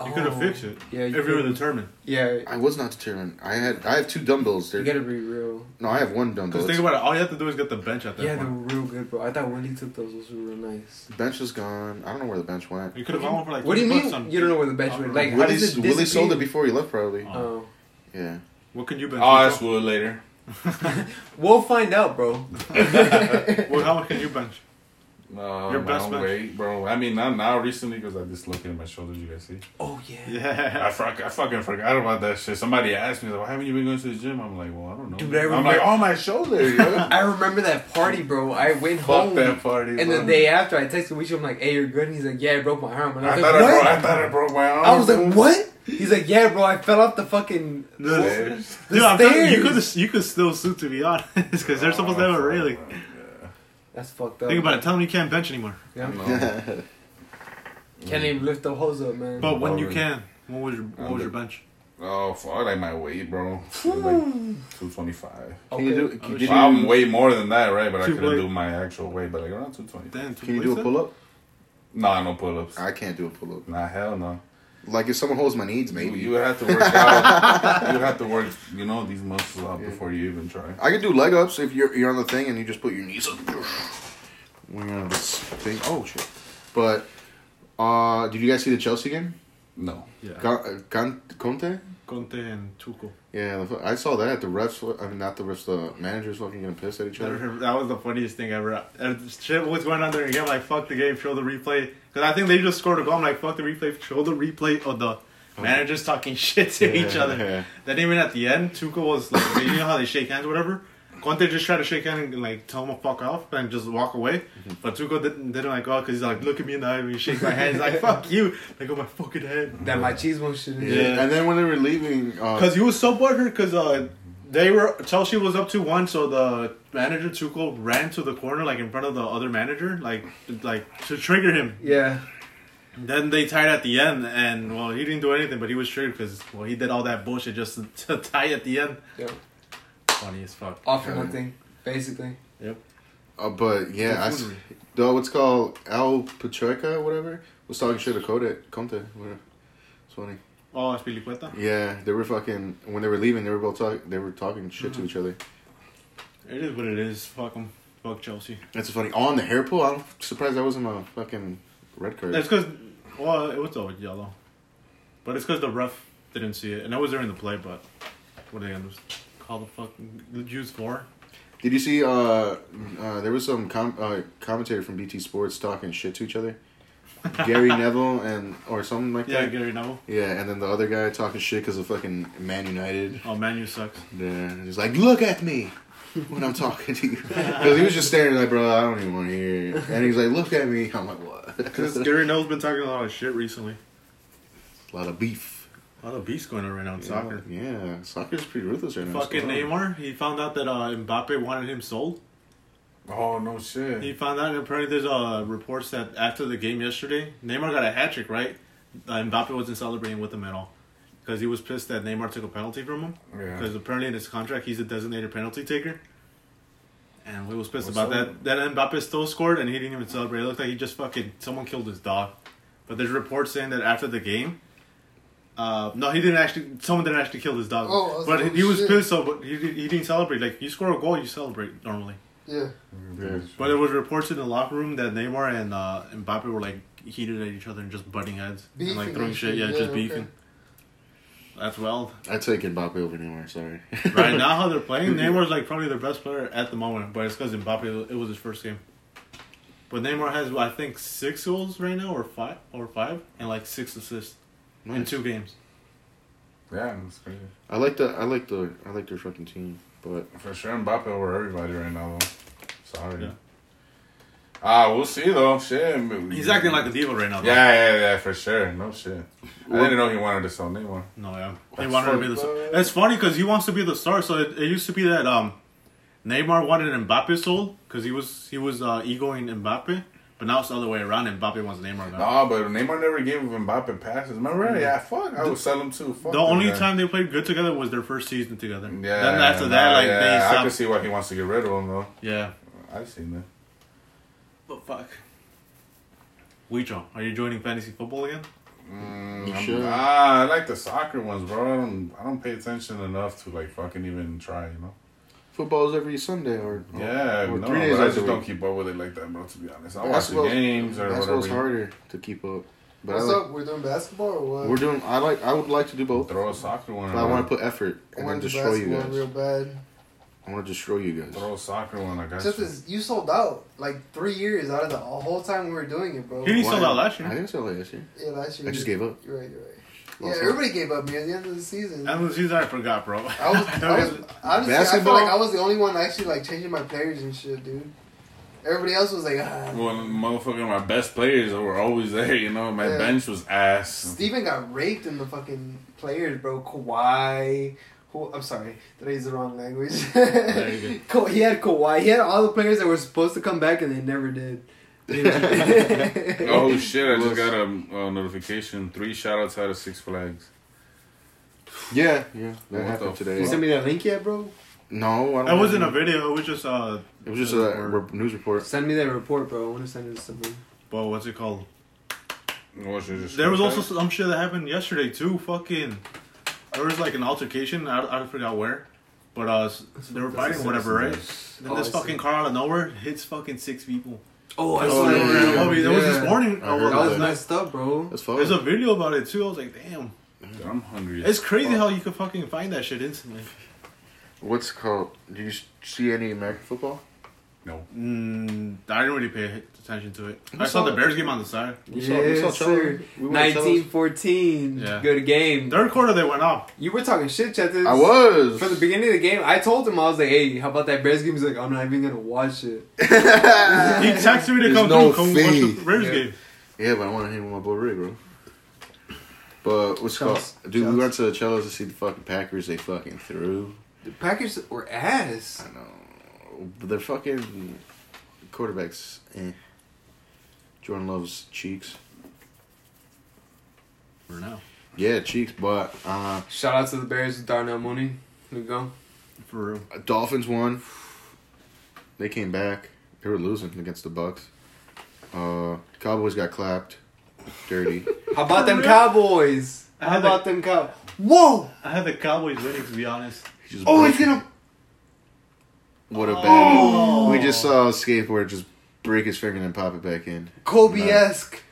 S3: you could have fixed it.
S5: Oh. Yeah, you
S3: if you were
S5: could've.
S3: determined.
S5: Yeah,
S2: I was not determined. I had I have two dumbbells.
S5: you
S2: They're,
S5: gotta be real.
S2: no, I have one dumbbell.
S3: Because
S2: It's-
S3: think about it, all you have to do is get the bench at that
S5: Yeah, they
S3: point.
S5: were real good, bro. I thought when he took those, those were real nice.
S2: the bench is gone. I don't know where the bench went.
S3: You could have gone for like
S5: What do you
S3: 30
S5: mean?
S3: bucks on-
S5: You don't know where the bench
S3: I
S5: went?
S3: don't
S5: Like,
S3: know.
S5: how
S2: Willie,
S5: does it
S2: Willie sold it
S5: disappear?
S2: before he left, probably.
S3: Oh.
S5: Oh,
S2: Yeah.
S3: What could you bench?
S2: Oh,
S4: I'll ask Will later.
S5: we'll find out, bro.
S3: Well, how much can you bench?
S4: No,
S3: Your
S4: my
S3: best
S4: own
S3: match.
S4: weight, bro. I mean, not now recently because I dislocated my shoulders. You guys see?
S5: Oh yeah,
S4: I,
S3: Yeah.
S4: fuck, I fucking forgot about that shit. Somebody asked me, like, "Why haven't you been going to the gym?" I'm like, "Well, I don't know."
S5: Dude, I
S4: I'm
S5: remember-
S4: like, "Oh, my shoulder." Yo.
S5: I remember that party, bro. I went
S4: fuck
S5: home,
S4: that party.
S5: and the
S4: bro.
S5: day after, I texted Wish. I'm like, "Hey, you're good." And he's like, "Yeah, I broke my arm." And I
S4: I
S5: was
S4: thought I,
S5: like,
S4: broke,
S5: "What?"
S4: I thought I broke my arm.
S5: I was like, "What?" He's like, "Yeah, bro. I fell off the fucking."
S3: Dude,
S4: Stairs.
S3: I'm telling you, you
S5: stairs.
S3: could you could still sue to be honest, because they're supposed to have a
S4: Oh,
S3: railing.
S5: That's fucked up.
S3: Think about it. Tell them you can't bench anymore.
S5: Yeah.
S2: Yeah.
S5: Can't even lift the hose up, man.
S3: But
S2: Oh,
S3: when you
S4: Probably.
S3: can, what was your what
S4: I'm
S3: was your
S4: the-
S3: bench?
S4: Oh fuck, like my weight, bro. It was Like two twenty five.
S2: Can you do?
S5: Okay.
S2: Can,
S3: Oh,
S2: did
S4: Well, I'm
S2: you-
S4: way more than that, right? But I
S3: Two
S4: couldn't
S3: plate.
S4: do my actual weight, but like around two twenty.
S3: Damn, two
S2: can you do a
S3: plates
S2: pull up?
S4: Nah, no pull ups.
S2: I can't do a pull up.
S4: Nah, hell no.
S2: Like if someone holds my needs,
S4: Maybe
S2: maybe.
S4: you would have to work out. you would have to work, you know, these muscles out
S2: Yeah.
S4: before you even try.
S2: I could do leg ups if you're you're on the thing and you just put your knees up. When you're on this thing, oh shit! But uh, did you guys see the Chelsea game?
S4: No.
S3: Yeah.
S2: Con- uh, Con- Conte?
S3: Conte and Tuchel.
S2: Yeah, the, fu- I saw that. The refs, were- I mean, not the refs. The managers fucking getting pissed at each
S3: That
S2: other.
S3: was- that was the funniest thing ever. And shit, what's going on during the game? Like, fuck the game, show the replay. Because I think they just scored a goal. I'm like, fuck the replay, show the replay of the managers talking shit to each other. Then even at the end, Tuchel was like, you know how they shake hands or whatever? Conte just tried to shake hands and like tell him to fuck off and just walk away. But Tuchel didn't, didn't like, oh, because he's like, look at me in the eye when you shake my hand. He's like, fuck you. Like, on my fucking head.
S5: That machismo shit.
S2: Yeah.
S5: is-
S3: Yeah.
S2: And then when they were leaving, uh,
S3: Because he was so butthurt because uh, they were Chelsea was up to one, so the manager Tuchel ran to the corner like in front of the other manager, like like to trigger him.
S5: Yeah.
S3: Then they tied at the end, and well, he didn't do anything, but he was triggered because well, he did all that bullshit just to, to tie at the end.
S5: Yeah.
S3: Funny as fuck.
S5: All for
S2: Yeah.
S5: nothing, basically.
S3: Yep.
S2: uh, but yeah, I, s-
S3: Buffoonery.
S2: the what's called Al Pacheco, whatever, was talking shit to Conte. Conte, whatever. It's funny.
S3: Oh, Espilicueta.
S2: Yeah, they were fucking when they were leaving. They were both talking. They were talking shit
S3: Mm-hmm.
S2: to each other.
S3: It is what it is. Fuck him. Fuck Chelsea.
S2: That's funny. On the hair pull, I'm surprised that wasn't a fucking red card.
S3: That's because well, it was all yellow, but it's because the ref didn't see it, and I was during the play. But what are they gonna call the fucking the Jews for?
S2: Did you see? Uh, uh, there was some com- uh, commentator from BT Sports talking shit to each other. Gary Neville and or something like
S3: Yeah,
S2: that.
S3: Gary Neville.
S2: Yeah, and then the other guy talking shit because of fucking Man United.
S3: Oh, man, you sucks.
S2: Yeah, he's like, "Look at me when I'm talking to you," because he was just staring like, "Bro, I don't even want to hear." it." And he's like, "Look at me." I'm like,
S3: Because
S2: "What?"
S3: Gary Neville's been talking a lot of shit recently.
S2: a lot of beef.
S3: A lot of beefs going on right now in soccer.
S2: Yeah, soccer's pretty ruthless right now.
S3: Fucking
S2: What's going on?
S3: Neymar, he found out that uh, Mbappe wanted him sold.
S4: Oh no shit.
S3: He found out, and apparently there's uh, reports that after the game yesterday, Neymar got a hat trick, right? Uh, Mbappe wasn't celebrating with him at all. Because he was pissed that Neymar took a penalty from him.
S4: yeah.
S3: Because apparently in his contract, he's a designated penalty taker. And we was pissed
S4: Well,
S3: about
S4: so-
S3: that. Then Mbappe still scored, and he didn't even celebrate. It looked like he just fucking someone killed his dog. But there's reports saying that after the game, uh, no, he didn't actually. Someone didn't actually kill his dog.
S5: Oh, I was
S3: but
S5: like,
S3: he, he was
S5: shit.
S3: pissed, so but he, didn't- he didn't celebrate. Like you score a goal, you celebrate normally.
S5: Yeah.
S2: Yeah.
S3: But there was reports in the locker room that Neymar and uh, Mbappe were like heated at each other and just butting heads and
S5: Beefing
S3: like throwing
S5: and
S3: shit.
S5: shit,
S3: Yeah,
S5: yeah,
S3: just
S5: okay.
S3: beefing. That's well.
S2: I take Mbappe over Neymar. Sorry.
S3: Right now, how they're playing, Neymar's like probably their best player at the moment, but it's because Mbappe it was his first game. But Neymar has I think six goals right now, or five, or five, and like six assists in
S2: Nice.
S3: two games.
S4: Yeah, it's crazy.
S2: I like the I like the I like their fucking team, but
S4: For sure, Mbappe over everybody right now. Though. Sorry.
S3: Yeah.
S4: Ah, we'll see though. Shit.
S3: He's acting like a diva right now. Though.
S4: Yeah, yeah, yeah, for sure. No shit. I didn't know he wanted to sell Neymar.
S3: No, yeah. They
S4: That's
S3: wanted to
S4: fucked
S3: be the. Star.
S4: up.
S3: That's funny because he wants to be the star. So it, it used to be that um, Neymar wanted Mbappe sold because he was he was uh, egoing Mbappe, but But now it's the other way around, and Mbappe wants Neymar now.
S4: No, but Neymar never gave Mbappe passes. Remember? Yeah, fuck. I would sell him too. Fuck
S3: Mm-hmm. The only
S4: that.
S3: time they played good together was their first season together.
S4: Yeah.
S3: Then after that,
S4: nah,
S3: like
S4: yeah, I
S3: they
S4: can
S3: stopped.
S4: see why he wants to get rid of him though.
S3: Yeah.
S4: I've seen that.
S3: But fuck. Weicho, are you joining fantasy football again?
S4: Mm,
S2: You
S4: I'm-
S2: should.
S4: Ah, I like the soccer ones, bro. I don't, I don't pay attention enough to like fucking even try, you know.
S2: Football's every Sunday or or-
S4: yeah,
S2: or
S4: no,
S2: three
S4: but
S2: days
S4: I
S2: out
S4: just
S2: the
S4: don't
S2: week.
S4: keep up with it like that, bro. To be honest, I watch the
S2: Basketball's-
S4: games or
S2: Basketball's
S4: whatever.
S2: harder to keep up. But
S5: What's
S2: I like,
S5: up? We're doing basketball or what?
S2: we're doing. I like. I would like to do both,
S4: Throw a soccer one.
S2: but I
S4: around.
S2: want to put effort and
S5: I
S2: then
S5: wanna do
S2: destroy you
S5: basketball
S2: guys.
S5: real bad.
S2: I want to destroy you guys.
S4: Throw a soccer one. I got
S5: Except
S4: you.
S5: is you sold out like three years out of the whole time we were doing it, bro.
S3: He
S2: Why?
S3: sold out last
S2: I
S3: year.
S2: didn't sell it last year.
S5: Yeah, last year.
S2: I just gave up.
S5: You're right. You're right.
S2: Well,
S5: Yeah,
S2: fuck.
S5: everybody gave up, man. At the end of the season.
S3: And the season I forgot, bro.
S5: I was, I was honestly, I feel
S2: Basketball?
S5: like I was the only one actually like changing my players and shit, dude. Everybody else was like, ah.
S4: Well, motherfucker, my best players were always there. You know, my
S5: Yeah.
S4: bench was ass.
S5: Steven got raped in the fucking players, bro. Kawhi. Who, I'm sorry, did I use the wrong language?
S3: you
S5: Ka- he had Kawhi. He had all the players that were supposed to come back and they never did.
S4: Oh shit! I just got a, uh notification. Three shoutouts out of Six Flags.
S2: Yeah, yeah,
S4: What
S2: that
S4: the
S2: happened
S4: fuck?
S2: today.
S5: you send me that link yet, bro?
S2: No, I don't.
S3: That wasn't a
S2: have-
S3: video. It was just uh.
S2: It was just a re- news report.
S5: Send me that report, bro. I want to send it to someone.
S3: Well, what's it called?
S4: What, you just-
S3: There was also some shit that happened yesterday too. Fucking, there was like an altercation. I, I forgot where, but uh, s- they were fighting or whatever, right? Then
S5: Oh,
S3: this
S5: I see.
S3: fucking car out of nowhere hits fucking six people.
S5: Oh, I
S3: Oh,
S2: saw
S3: they
S2: yeah,
S3: were in a
S2: yeah.
S3: movie. There was this morning.
S2: I heard
S3: oh,
S5: That was
S2: that.
S5: messed up, bro.
S2: That's
S3: There's a
S2: fun.
S3: video about it too. I was like, damn,
S4: Dude, I'm hungry.
S3: it's crazy how you can fucking find that shit instantly.
S2: What's it called? Do you s- see any American football?
S4: no.
S3: Mm, I didn't really pay attention to it.
S2: You
S3: I saw
S2: saw
S3: the
S2: it.
S3: Bears game on the side.
S2: We saw- we
S5: yes,
S2: saw Charlotte.
S5: sir.
S2: We went to Charlotte's.
S5: 1914.
S3: Yeah.
S5: Good game.
S3: Third quarter they went off.
S5: You were talking shit, Chetis.
S2: I was.
S5: From the beginning of the game, I told him, I was like, hey, how about that Bears game? He's like, I'm not even going to watch it.
S3: He texted me to
S2: There's
S3: come
S2: no
S3: through, come watch the
S2: fee.
S3: Bears
S5: Yeah.
S3: game.
S2: Yeah, but I want to hang with my boy Rick, bro. But what's it
S5: Chels.
S2: called? Dude,
S5: Chels.
S2: we went to Cello's to see the fucking Packers. They fucking threw.
S5: The Packers were ass.
S2: I know. But their fucking quarterbacks, eh. Jordan Love's cheeks.
S3: For now,
S2: Yeah, cheeks, but uh
S5: Shout out to the Bears with Darnell Mooney. Here we go.
S3: for real.
S2: Dolphins won. They came back. They were losing against the Bucks. Uh Cowboys got clapped. Dirty.
S5: How about them
S3: real?
S5: Cowboys?
S3: I
S5: How
S3: had
S5: about them Cowboys? Whoa!
S3: I had the Cowboys winning, to be honest.
S2: He just
S5: Oh,
S2: broke
S5: he's going to.
S2: What a bad.
S3: Oh.
S2: We just saw a skateboarder just break his finger and then pop it back in.
S5: Kobe esque.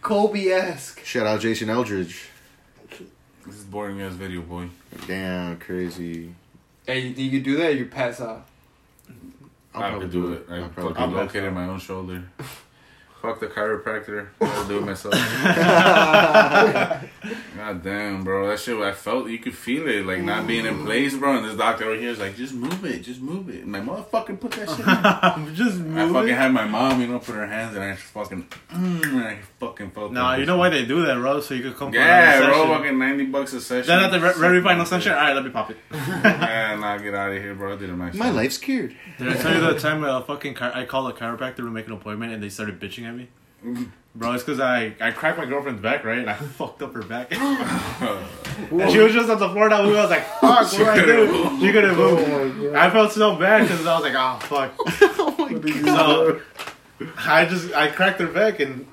S5: Kobe esque.
S2: Shout out Jason Eldridge.
S4: This is boring ass video, boy.
S2: Damn, crazy.
S5: Hey, you think you do that? You pass out.
S2: I'll
S4: I
S2: probably
S4: could do it.
S2: I'll
S4: I
S2: probably
S4: fucking
S2: do it.
S4: located my own shoulder. Fuck the chiropractor. I'll do it myself. God damn, bro. That shit, I felt, you could feel it. Like not being in place, bro. And this doctor over here is like, just move it, just move it. And my motherfucker put that shit in.
S3: just
S4: I
S3: move
S4: fucking
S3: it.
S4: had my mom, you know, put her hands and I just fucking, mm, and I fucking felt
S3: Nah,
S4: that.
S3: you know why they do that, bro? So you could come. for
S4: Yeah,
S3: another
S4: bro,
S3: session.
S4: fucking 90 bucks a session.
S3: Then at the re- very final
S4: Fuck
S3: session, all right, let me pop it.
S4: it. Yeah, nah, get out of here, bro. I did it myself.
S2: My life's cured.
S3: Did I tell you the time uh, fucking chi- I called a chiropractor to make an appointment and they started bitching at me?
S4: Mm.
S3: Bro, it's because I, I cracked my girlfriend's back, right? And I fucked up her back. and she was just on the floor now. I was like, fuck, what do I do? She couldn't move. I felt so bad because I was like, oh, fuck. So I just, I cracked her back and,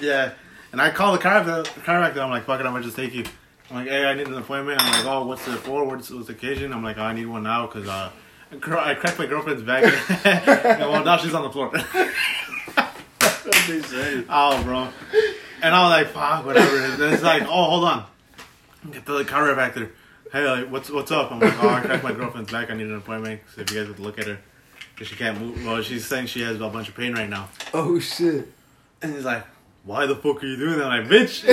S3: yeah. And I called the chiropr- chiropractor. I'm like, fuck it, I'm going to just take you. I'm like, hey, I need an appointment. I'm like, oh, what's it for? What's, what's the occasion? I'm like, oh, I need one now because uh, I cr- I cracked my girlfriend's back. and well, now she's on the floor. Oh, bro. And I was like, fuck, whatever. And then it's like, oh, hold on. Get the chiropractor. Hey, like, what's what's up? I'm like, oh, I cracked my girlfriend's back. I need an appointment. So if you guys would look at her, 'Cause she can't move. Well, she's saying she has a bunch of pain right now.
S5: Oh, shit.
S3: And he's like, why the fuck are you doing that? I'm like, bitch.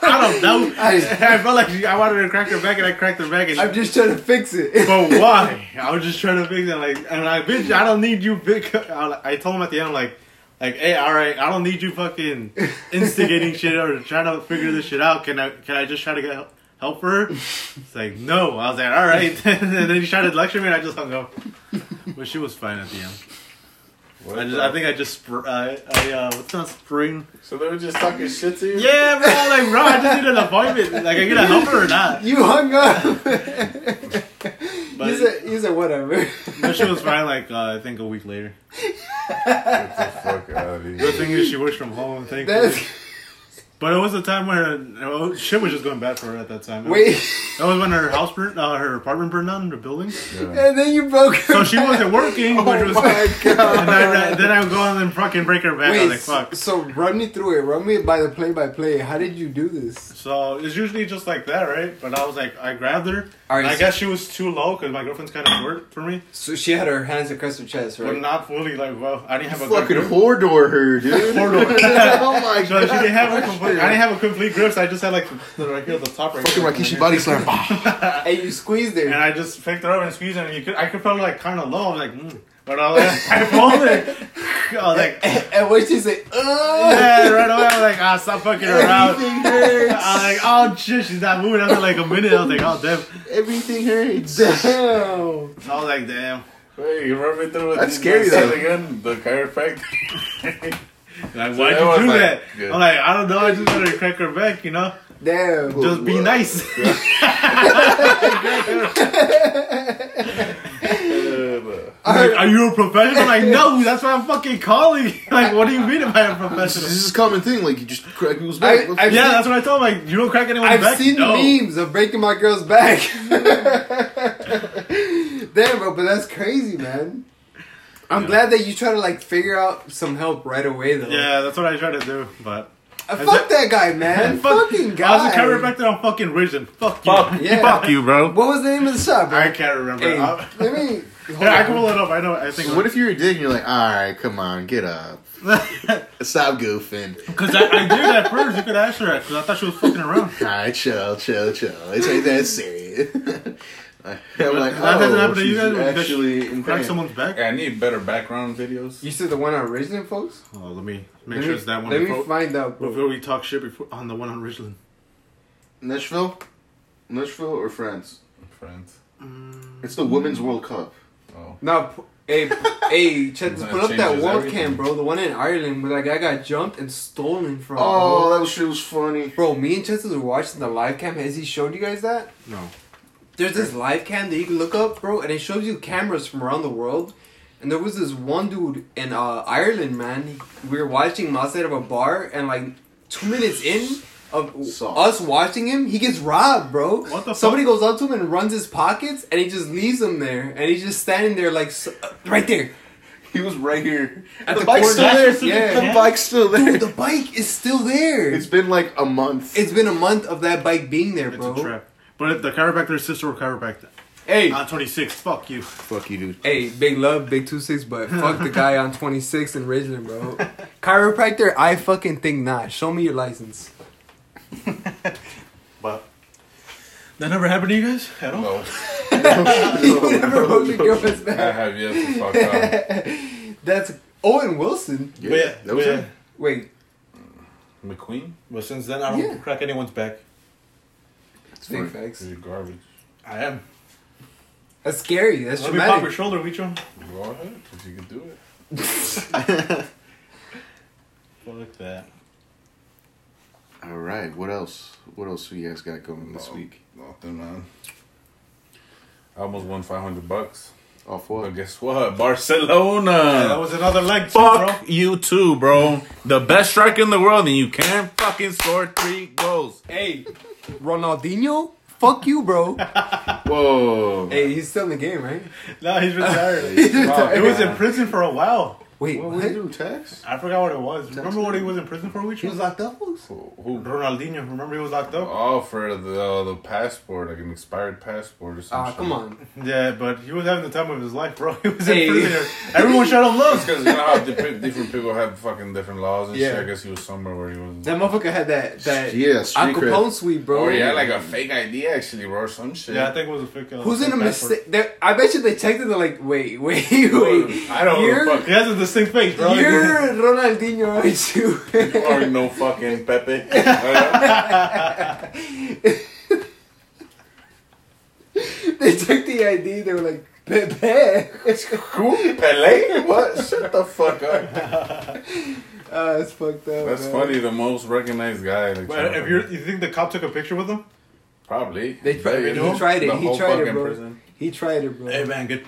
S3: I don't know. I, felt like she, I wanted her to crack her back, and I cracked her back. And
S5: I'm just trying to fix it.
S3: but why? I was just trying to fix it. Like, and I, bitch, I don't need you. Big. I I told him at the end, like, like, hey, all right, I don't need you fucking instigating shit or trying to figure this shit out. Can I? Can I just try to get help- help for her? It's like, no. I was like, all right. and then he tried to lecture me, and I just hung up. But she was fine at the end.
S4: What
S3: I just,
S4: the-
S3: I think I just, spr- I, I, uh, what's not spring?
S4: So they were just talking shit to you.
S3: Yeah, bro, like, bro, I just need an appointment. Like, I get a helper or not.
S5: You hung up.
S3: But-
S5: he's a he's a whatever.
S3: But she was fine, like, uh, I think a week later.
S4: Get the fuck out of
S3: Good
S4: here.
S3: thing is she works from home, thankfully.
S5: That's
S3: But it was a time where uh, shit was just going bad for her at that time.
S5: wait.
S3: That was when her house burnt, uh, her apartment burned down, the building.
S4: Yeah.
S5: And then you broke. Her
S3: So
S5: Oh
S3: she wasn't
S2: Oh
S3: working, which was.
S5: my
S3: And I, then I would go on and fucking break her back. I
S5: Wait,
S3: was like, fuck.
S5: so run me through it. Run me by the play by play. How did you do this?
S3: So it's usually just like that, right? But I was like, I grabbed her.
S5: All
S3: and I
S5: right, so,
S3: guess she was too low because my girlfriend's kind of short for me,
S5: so she had her hands across her chest,
S3: but
S5: right?
S3: not fully. Like, well, I didn't have a
S2: Fucking
S3: good grip.
S2: whore door her, dude.
S3: Four-door.
S2: oh my
S3: So
S2: god.
S3: she didn't have a complete. I didn't have a complete grip, so I just had like the, right here, the top right.
S2: Fucking
S3: here.
S2: Rakishi body slam.
S5: And you squeezed
S3: And
S5: her.
S3: I just picked her up and squeezed her, and you could, I could feel like kind of low. I was like, mm. but I was like, I folded. I was like,
S5: And, and what she say? Ugh.
S3: yeah, right away. I was like, ah, stop fucking around.
S5: Everything hurts.
S3: I was like, oh shit, she's not moving. After like a minute, I was like, oh damn.
S2: Everything hurts.
S5: Damn.
S3: So I was like, damn.
S4: Wait, you run me through with
S2: That's
S4: these
S2: scary,
S4: guys
S2: though.
S4: Again, the chiropractor.
S3: Like,
S4: that
S3: why'd
S4: was
S3: you do
S4: like-
S3: that?
S4: good.
S3: I'm like, I don't know. I just wanted to crack her back, you know.
S5: Damn.
S3: Just be
S2: Whoa.
S3: nice.
S4: Uh,
S3: Like, are you a professional? I'm like, no. That's why I'm fucking calling. like, what do you mean if I'm a
S2: This
S3: professional?
S2: is a common thing. Like you just crack people's back.
S5: I-
S2: What
S5: I-
S2: the-
S3: Yeah, that's what I told him. Like, you don't crack anyone's
S5: I've
S3: back.
S5: seen
S3: no.
S5: memes of breaking my girl's back. Damn, bro, but that's crazy, man. I'm glad that you try to like figure out some help right away, though.
S3: Yeah, that's what I try to do, but.
S5: Uh, fuck that, guy, man. Fucking guy.
S3: I was a chiropractor on fucking Ridgeland. Fuck you.
S4: fuck,
S5: Yeah.
S4: fuck you, bro.
S5: What was the name of the shop? Bro?
S3: I can't remember.
S5: Hey,
S3: I'll-
S5: let me. Hold
S3: yeah, I
S5: on.
S3: can pull it up. I know. I think.
S2: What if you're a dick and you're like, all right, come on, get up, stop goofing.
S3: Because I, I did at first. You could ask her because I thought she was fucking around.
S2: All right, chill, chill, chill. It's ain't that serious. I'm like,
S3: That doesn't
S2: oh,
S3: happen to you
S2: she's
S3: guys? Does
S2: actually in
S3: Crack
S2: pain.
S3: someone's back.
S4: Yeah, I need better background videos.
S5: You said the one on Ridgeland, folks?
S3: Oh, let me make
S5: let
S3: sure
S5: me,
S3: it's that one
S5: Let
S3: before,
S5: me find out, bro.
S3: before we talk shit before on the one on Ridgeland.
S2: Nashville, Nashville or France?
S4: Friends.
S2: It's the Women's World Cup.
S4: Oh.
S5: No, p- hey, p- hey, check this.
S4: That
S5: Put up that
S4: changes
S5: wall
S4: everything.
S5: cam, bro. The one in Ireland where that guy got jumped and stolen from.
S2: Oh, that was, shit was funny.
S5: Bro, me and Chester were watching the live cam. Has he showed you guys that?
S3: No.
S5: There's this live cam that you can look up, bro, and it shows you cameras from around the world. And there was this one dude in uh, Ireland, man. He, we were watching him outside of a bar, and like two minutes in of
S2: Saw.
S5: us watching him, he gets robbed, bro.
S3: What the
S5: Somebody goes up to him and runs his pockets, and he just leaves him there, and he's just standing there like s uh, right there.
S2: He was right here.
S5: At
S2: the,
S5: the
S2: bike's still
S5: corner.
S2: there.
S5: Yeah.
S2: The bike's still there.
S5: Dude, the bike is still there.
S2: It's
S5: It's,
S2: been like a month.
S5: it's been a month of that bike being there,
S3: It's
S5: bro.
S3: a trap. Uh, But if the chiropractor's sister or chiropractor.
S5: Hey,
S3: On 26, fuck you.
S2: Fuck you, dude.
S5: Hey, big love, big two six, but fuck the guy on twenty six in Ridgeland, bro. Chiropractor, I fucking think not. Show me your license.
S3: But that never happened to you guys at all.
S4: No,
S5: you never broke your girlfriend's
S4: Oh. I
S5: back.
S4: have yet to fuck out.
S5: That's Owen Wilson.
S3: But yeah,
S2: that was
S3: but yeah.
S2: it.
S5: Wait,
S4: McQueen?
S3: But since then, I don't
S5: Yeah.
S3: crack anyone's back.
S5: it's big facts.
S4: You're garbage.
S3: I am.
S5: That's scary. That's
S3: Let me pop your
S5: traumatic.
S3: shoulder, Wicho.
S4: Go ahead, if you can do it.
S3: Fuck that.
S2: All right, what else? What else you guys got going this
S4: No.
S2: week?
S4: Oh, Nothing, man. I almost won 500 bucks.
S2: Off
S4: But
S2: what?
S4: guess what? Barcelona.
S3: that was another leg, too, bro.
S4: Fuck you too, bro. The best striker in the world, and you can't fucking score three goals.
S5: Hey, Ronaldinho, fuck you, bro.
S2: Whoa!
S5: hey, he's still in the game, right?
S3: No, he's retired.
S4: Fuck,
S3: He was in
S4: man.
S3: prison for a while.
S5: Wait,
S2: What we
S5: what?
S2: do? Tax?
S3: I forgot what it was. Remember what he was in prison for? Which was
S5: locked up, folks.
S4: Who- who-
S3: Ronaldinho. Remember he was locked up?
S4: Oh, for the uh, the passport, like an expired passport or something.
S5: Ah, come on.
S3: Yeah, but he was having the time of his life, bro. He was
S5: Hey.
S3: in prison. Everyone shut him loose.
S4: Because you know how different, different people have fucking different laws and shit.
S5: Yeah.
S4: I guess he was somewhere where he was.
S5: That motherfucker had that that
S2: Yeah, street
S5: Al Capone
S2: cred.
S5: sweep, bro.
S4: Oh yeah, like a fake ID actually, bro, or some shit.
S3: Yeah, I think it was a fake. Uh,
S5: Who's in
S3: fake
S5: a
S3: passport.
S5: mistake? they're- I bet you they checked it. They're like, wait, wait, wait.
S4: I don't
S5: You're-
S4: know. Fuck,
S3: He has a distinct face, bro. Like,
S5: You're Ronaldinho, aren't you?
S4: you already know fucking Pepe. Uh,
S5: they took the ID. They were like,
S2: Pepe. It's cool.
S4: Pele? What? Shut the fuck up.
S5: Ah, it's fucked up.
S4: That's
S5: man.
S4: funny. The most recognized guy. Like,
S3: But if you you think the cop took a picture with him?
S4: probably
S5: They tried-
S4: Yeah,
S5: he
S4: you know,
S5: tried it,
S4: the
S5: he
S4: whole
S5: tried it,
S4: fucking
S5: bro.
S4: prison.
S5: He tried it, bro.
S3: Hey man, get.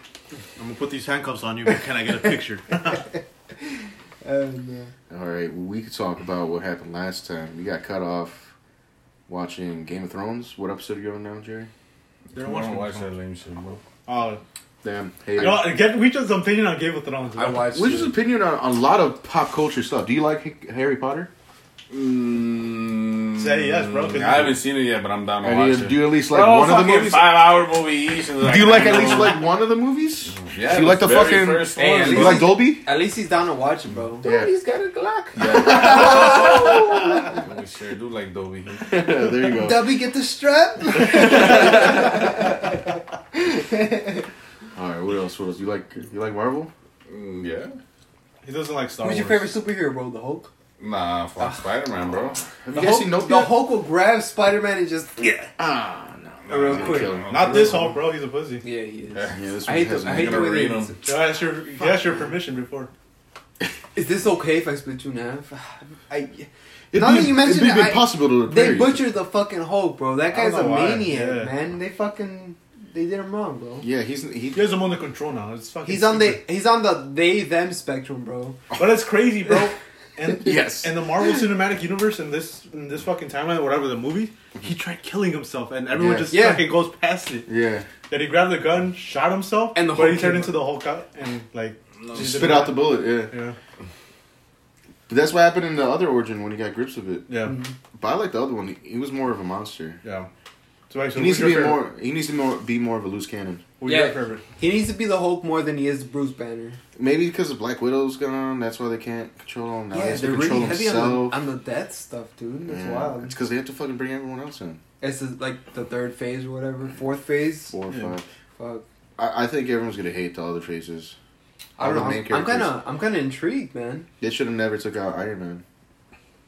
S3: I'm gonna put these handcuffs on you. But can I get a picture?
S5: Oh, no.
S2: All right, well, we could talk about what happened last time. We got cut off watching Game of Thrones. What episode are you on now, Jerry?
S3: They're
S4: I don't
S3: watching.
S4: watch that lame shit, bro.
S3: Oh,
S2: Damn. Hey.
S3: you know, get we just opinion on Game of Thrones.
S5: I watched.
S2: What's
S5: it.
S2: your opinion on, on a lot of pop culture stuff? Do you like H- Harry Potter?
S4: Mm,
S3: Say yes, bro, 'cause-
S4: I haven't seen it yet, but I'm down to
S2: Or do,
S4: watch
S2: you,
S4: it.
S2: do you at least like
S4: Bro,
S2: one of the
S4: fucking
S2: movies?
S4: Five-hour movie each. and
S2: Do you like at
S4: no.
S2: least like one of the movies?
S4: Yeah,
S2: Do you like the
S4: very
S2: fucking-
S4: first one,
S5: Hey, at
S4: bro.
S2: Do
S5: least-
S2: you like Dolby?
S5: At least he's down to watch it, bro.
S2: Yeah.
S5: he's got a Glock.
S4: We sure do like Dolby.
S2: there you go.
S5: Dubby, get the strap.
S2: All right, what else? What else? You like you like Marvel?
S4: Mm, yeah.
S3: He doesn't like Star
S5: Who's your
S3: Wars.
S5: favorite superhero, bro? The Hulk.
S4: Nah,
S3: Ah.
S4: fuck Spider-Man, bro.
S2: Have
S5: The
S2: you guys
S5: Hulk,
S2: seen Nope?
S5: the
S2: yet?
S5: Hulk will grab Spider Man and just yeah,
S2: Ah, no.
S5: real
S2: Nah,
S5: quick.
S2: kill him.
S3: Not this Hulk, bro. He's a pussy.
S5: Yeah, he is.
S4: Yeah.
S2: Yeah, this
S5: I
S2: one
S5: hate
S2: has
S5: the I
S2: me.
S5: hate the
S4: gonna
S5: way
S4: read
S5: they-
S4: him.
S3: You asked your, you asked your permission before.
S5: Is this okay if I split you in half? I,
S2: It'd
S5: Now
S2: be-
S5: that you mention
S2: it'd
S5: it,
S2: be
S5: I-
S2: impossible to
S5: they
S2: repair you.
S5: butchered the fucking Hulk, bro. That
S3: I don't
S5: guy's a
S3: know why,
S5: maniac,
S3: yeah.
S5: man. They fucking they did him wrong, bro.
S2: Yeah, he's he.
S3: You guys are under control now. It's fucking.
S5: He's on the
S3: stupid.
S5: he's on the they them spectrum, bro.
S3: But it's crazy, bro. And
S2: Yes.
S3: And the Marvel Cinematic Universe in this in this fucking timeline, whatever the movie, he tried killing himself, and everyone
S2: Yeah.
S3: just
S5: Yeah.
S3: fucking goes past it.
S2: Yeah.
S3: That he grabbed the gun, shot himself,
S5: And the
S3: but he
S5: Hulk
S3: turned
S5: came
S3: into the Hulk out and like
S2: Just spit out the bullet. Yeah.
S3: Yeah,
S2: But that's what happened in the other origin when he got grips of it.
S3: yeah,
S5: Mm-hmm.
S2: But I like the other one. He, he was more of a monster.
S3: yeah. So, wait, so
S2: He needs to
S3: who's
S2: be
S3: your favorite?
S2: more. He needs to more be more of a loose cannon.
S3: Who's
S5: Yeah.
S3: your favorite?
S5: He needs to be the Hulk more than he is Bruce Banner.
S2: Maybe because of Black Widow's gone, that's why they can't control him. Now he
S5: yeah,
S2: has to
S5: they're
S2: control
S5: really heavy on
S2: himself.
S5: the, on the death stuff, dude. That's
S2: Yeah. It's
S5: wild.
S2: because they have to fucking bring everyone else in.
S5: It's just like the third phase or whatever, fourth phase.
S2: Four or
S3: Yeah.
S2: five.
S5: Fuck.
S2: I, I think everyone's gonna hate the other faces.
S5: I
S2: All
S5: don't
S2: the
S5: know.
S2: main
S5: I'm I'm kind
S2: characters.
S5: of I'm kind of intrigued, man.
S2: They should have never took out Iron Man.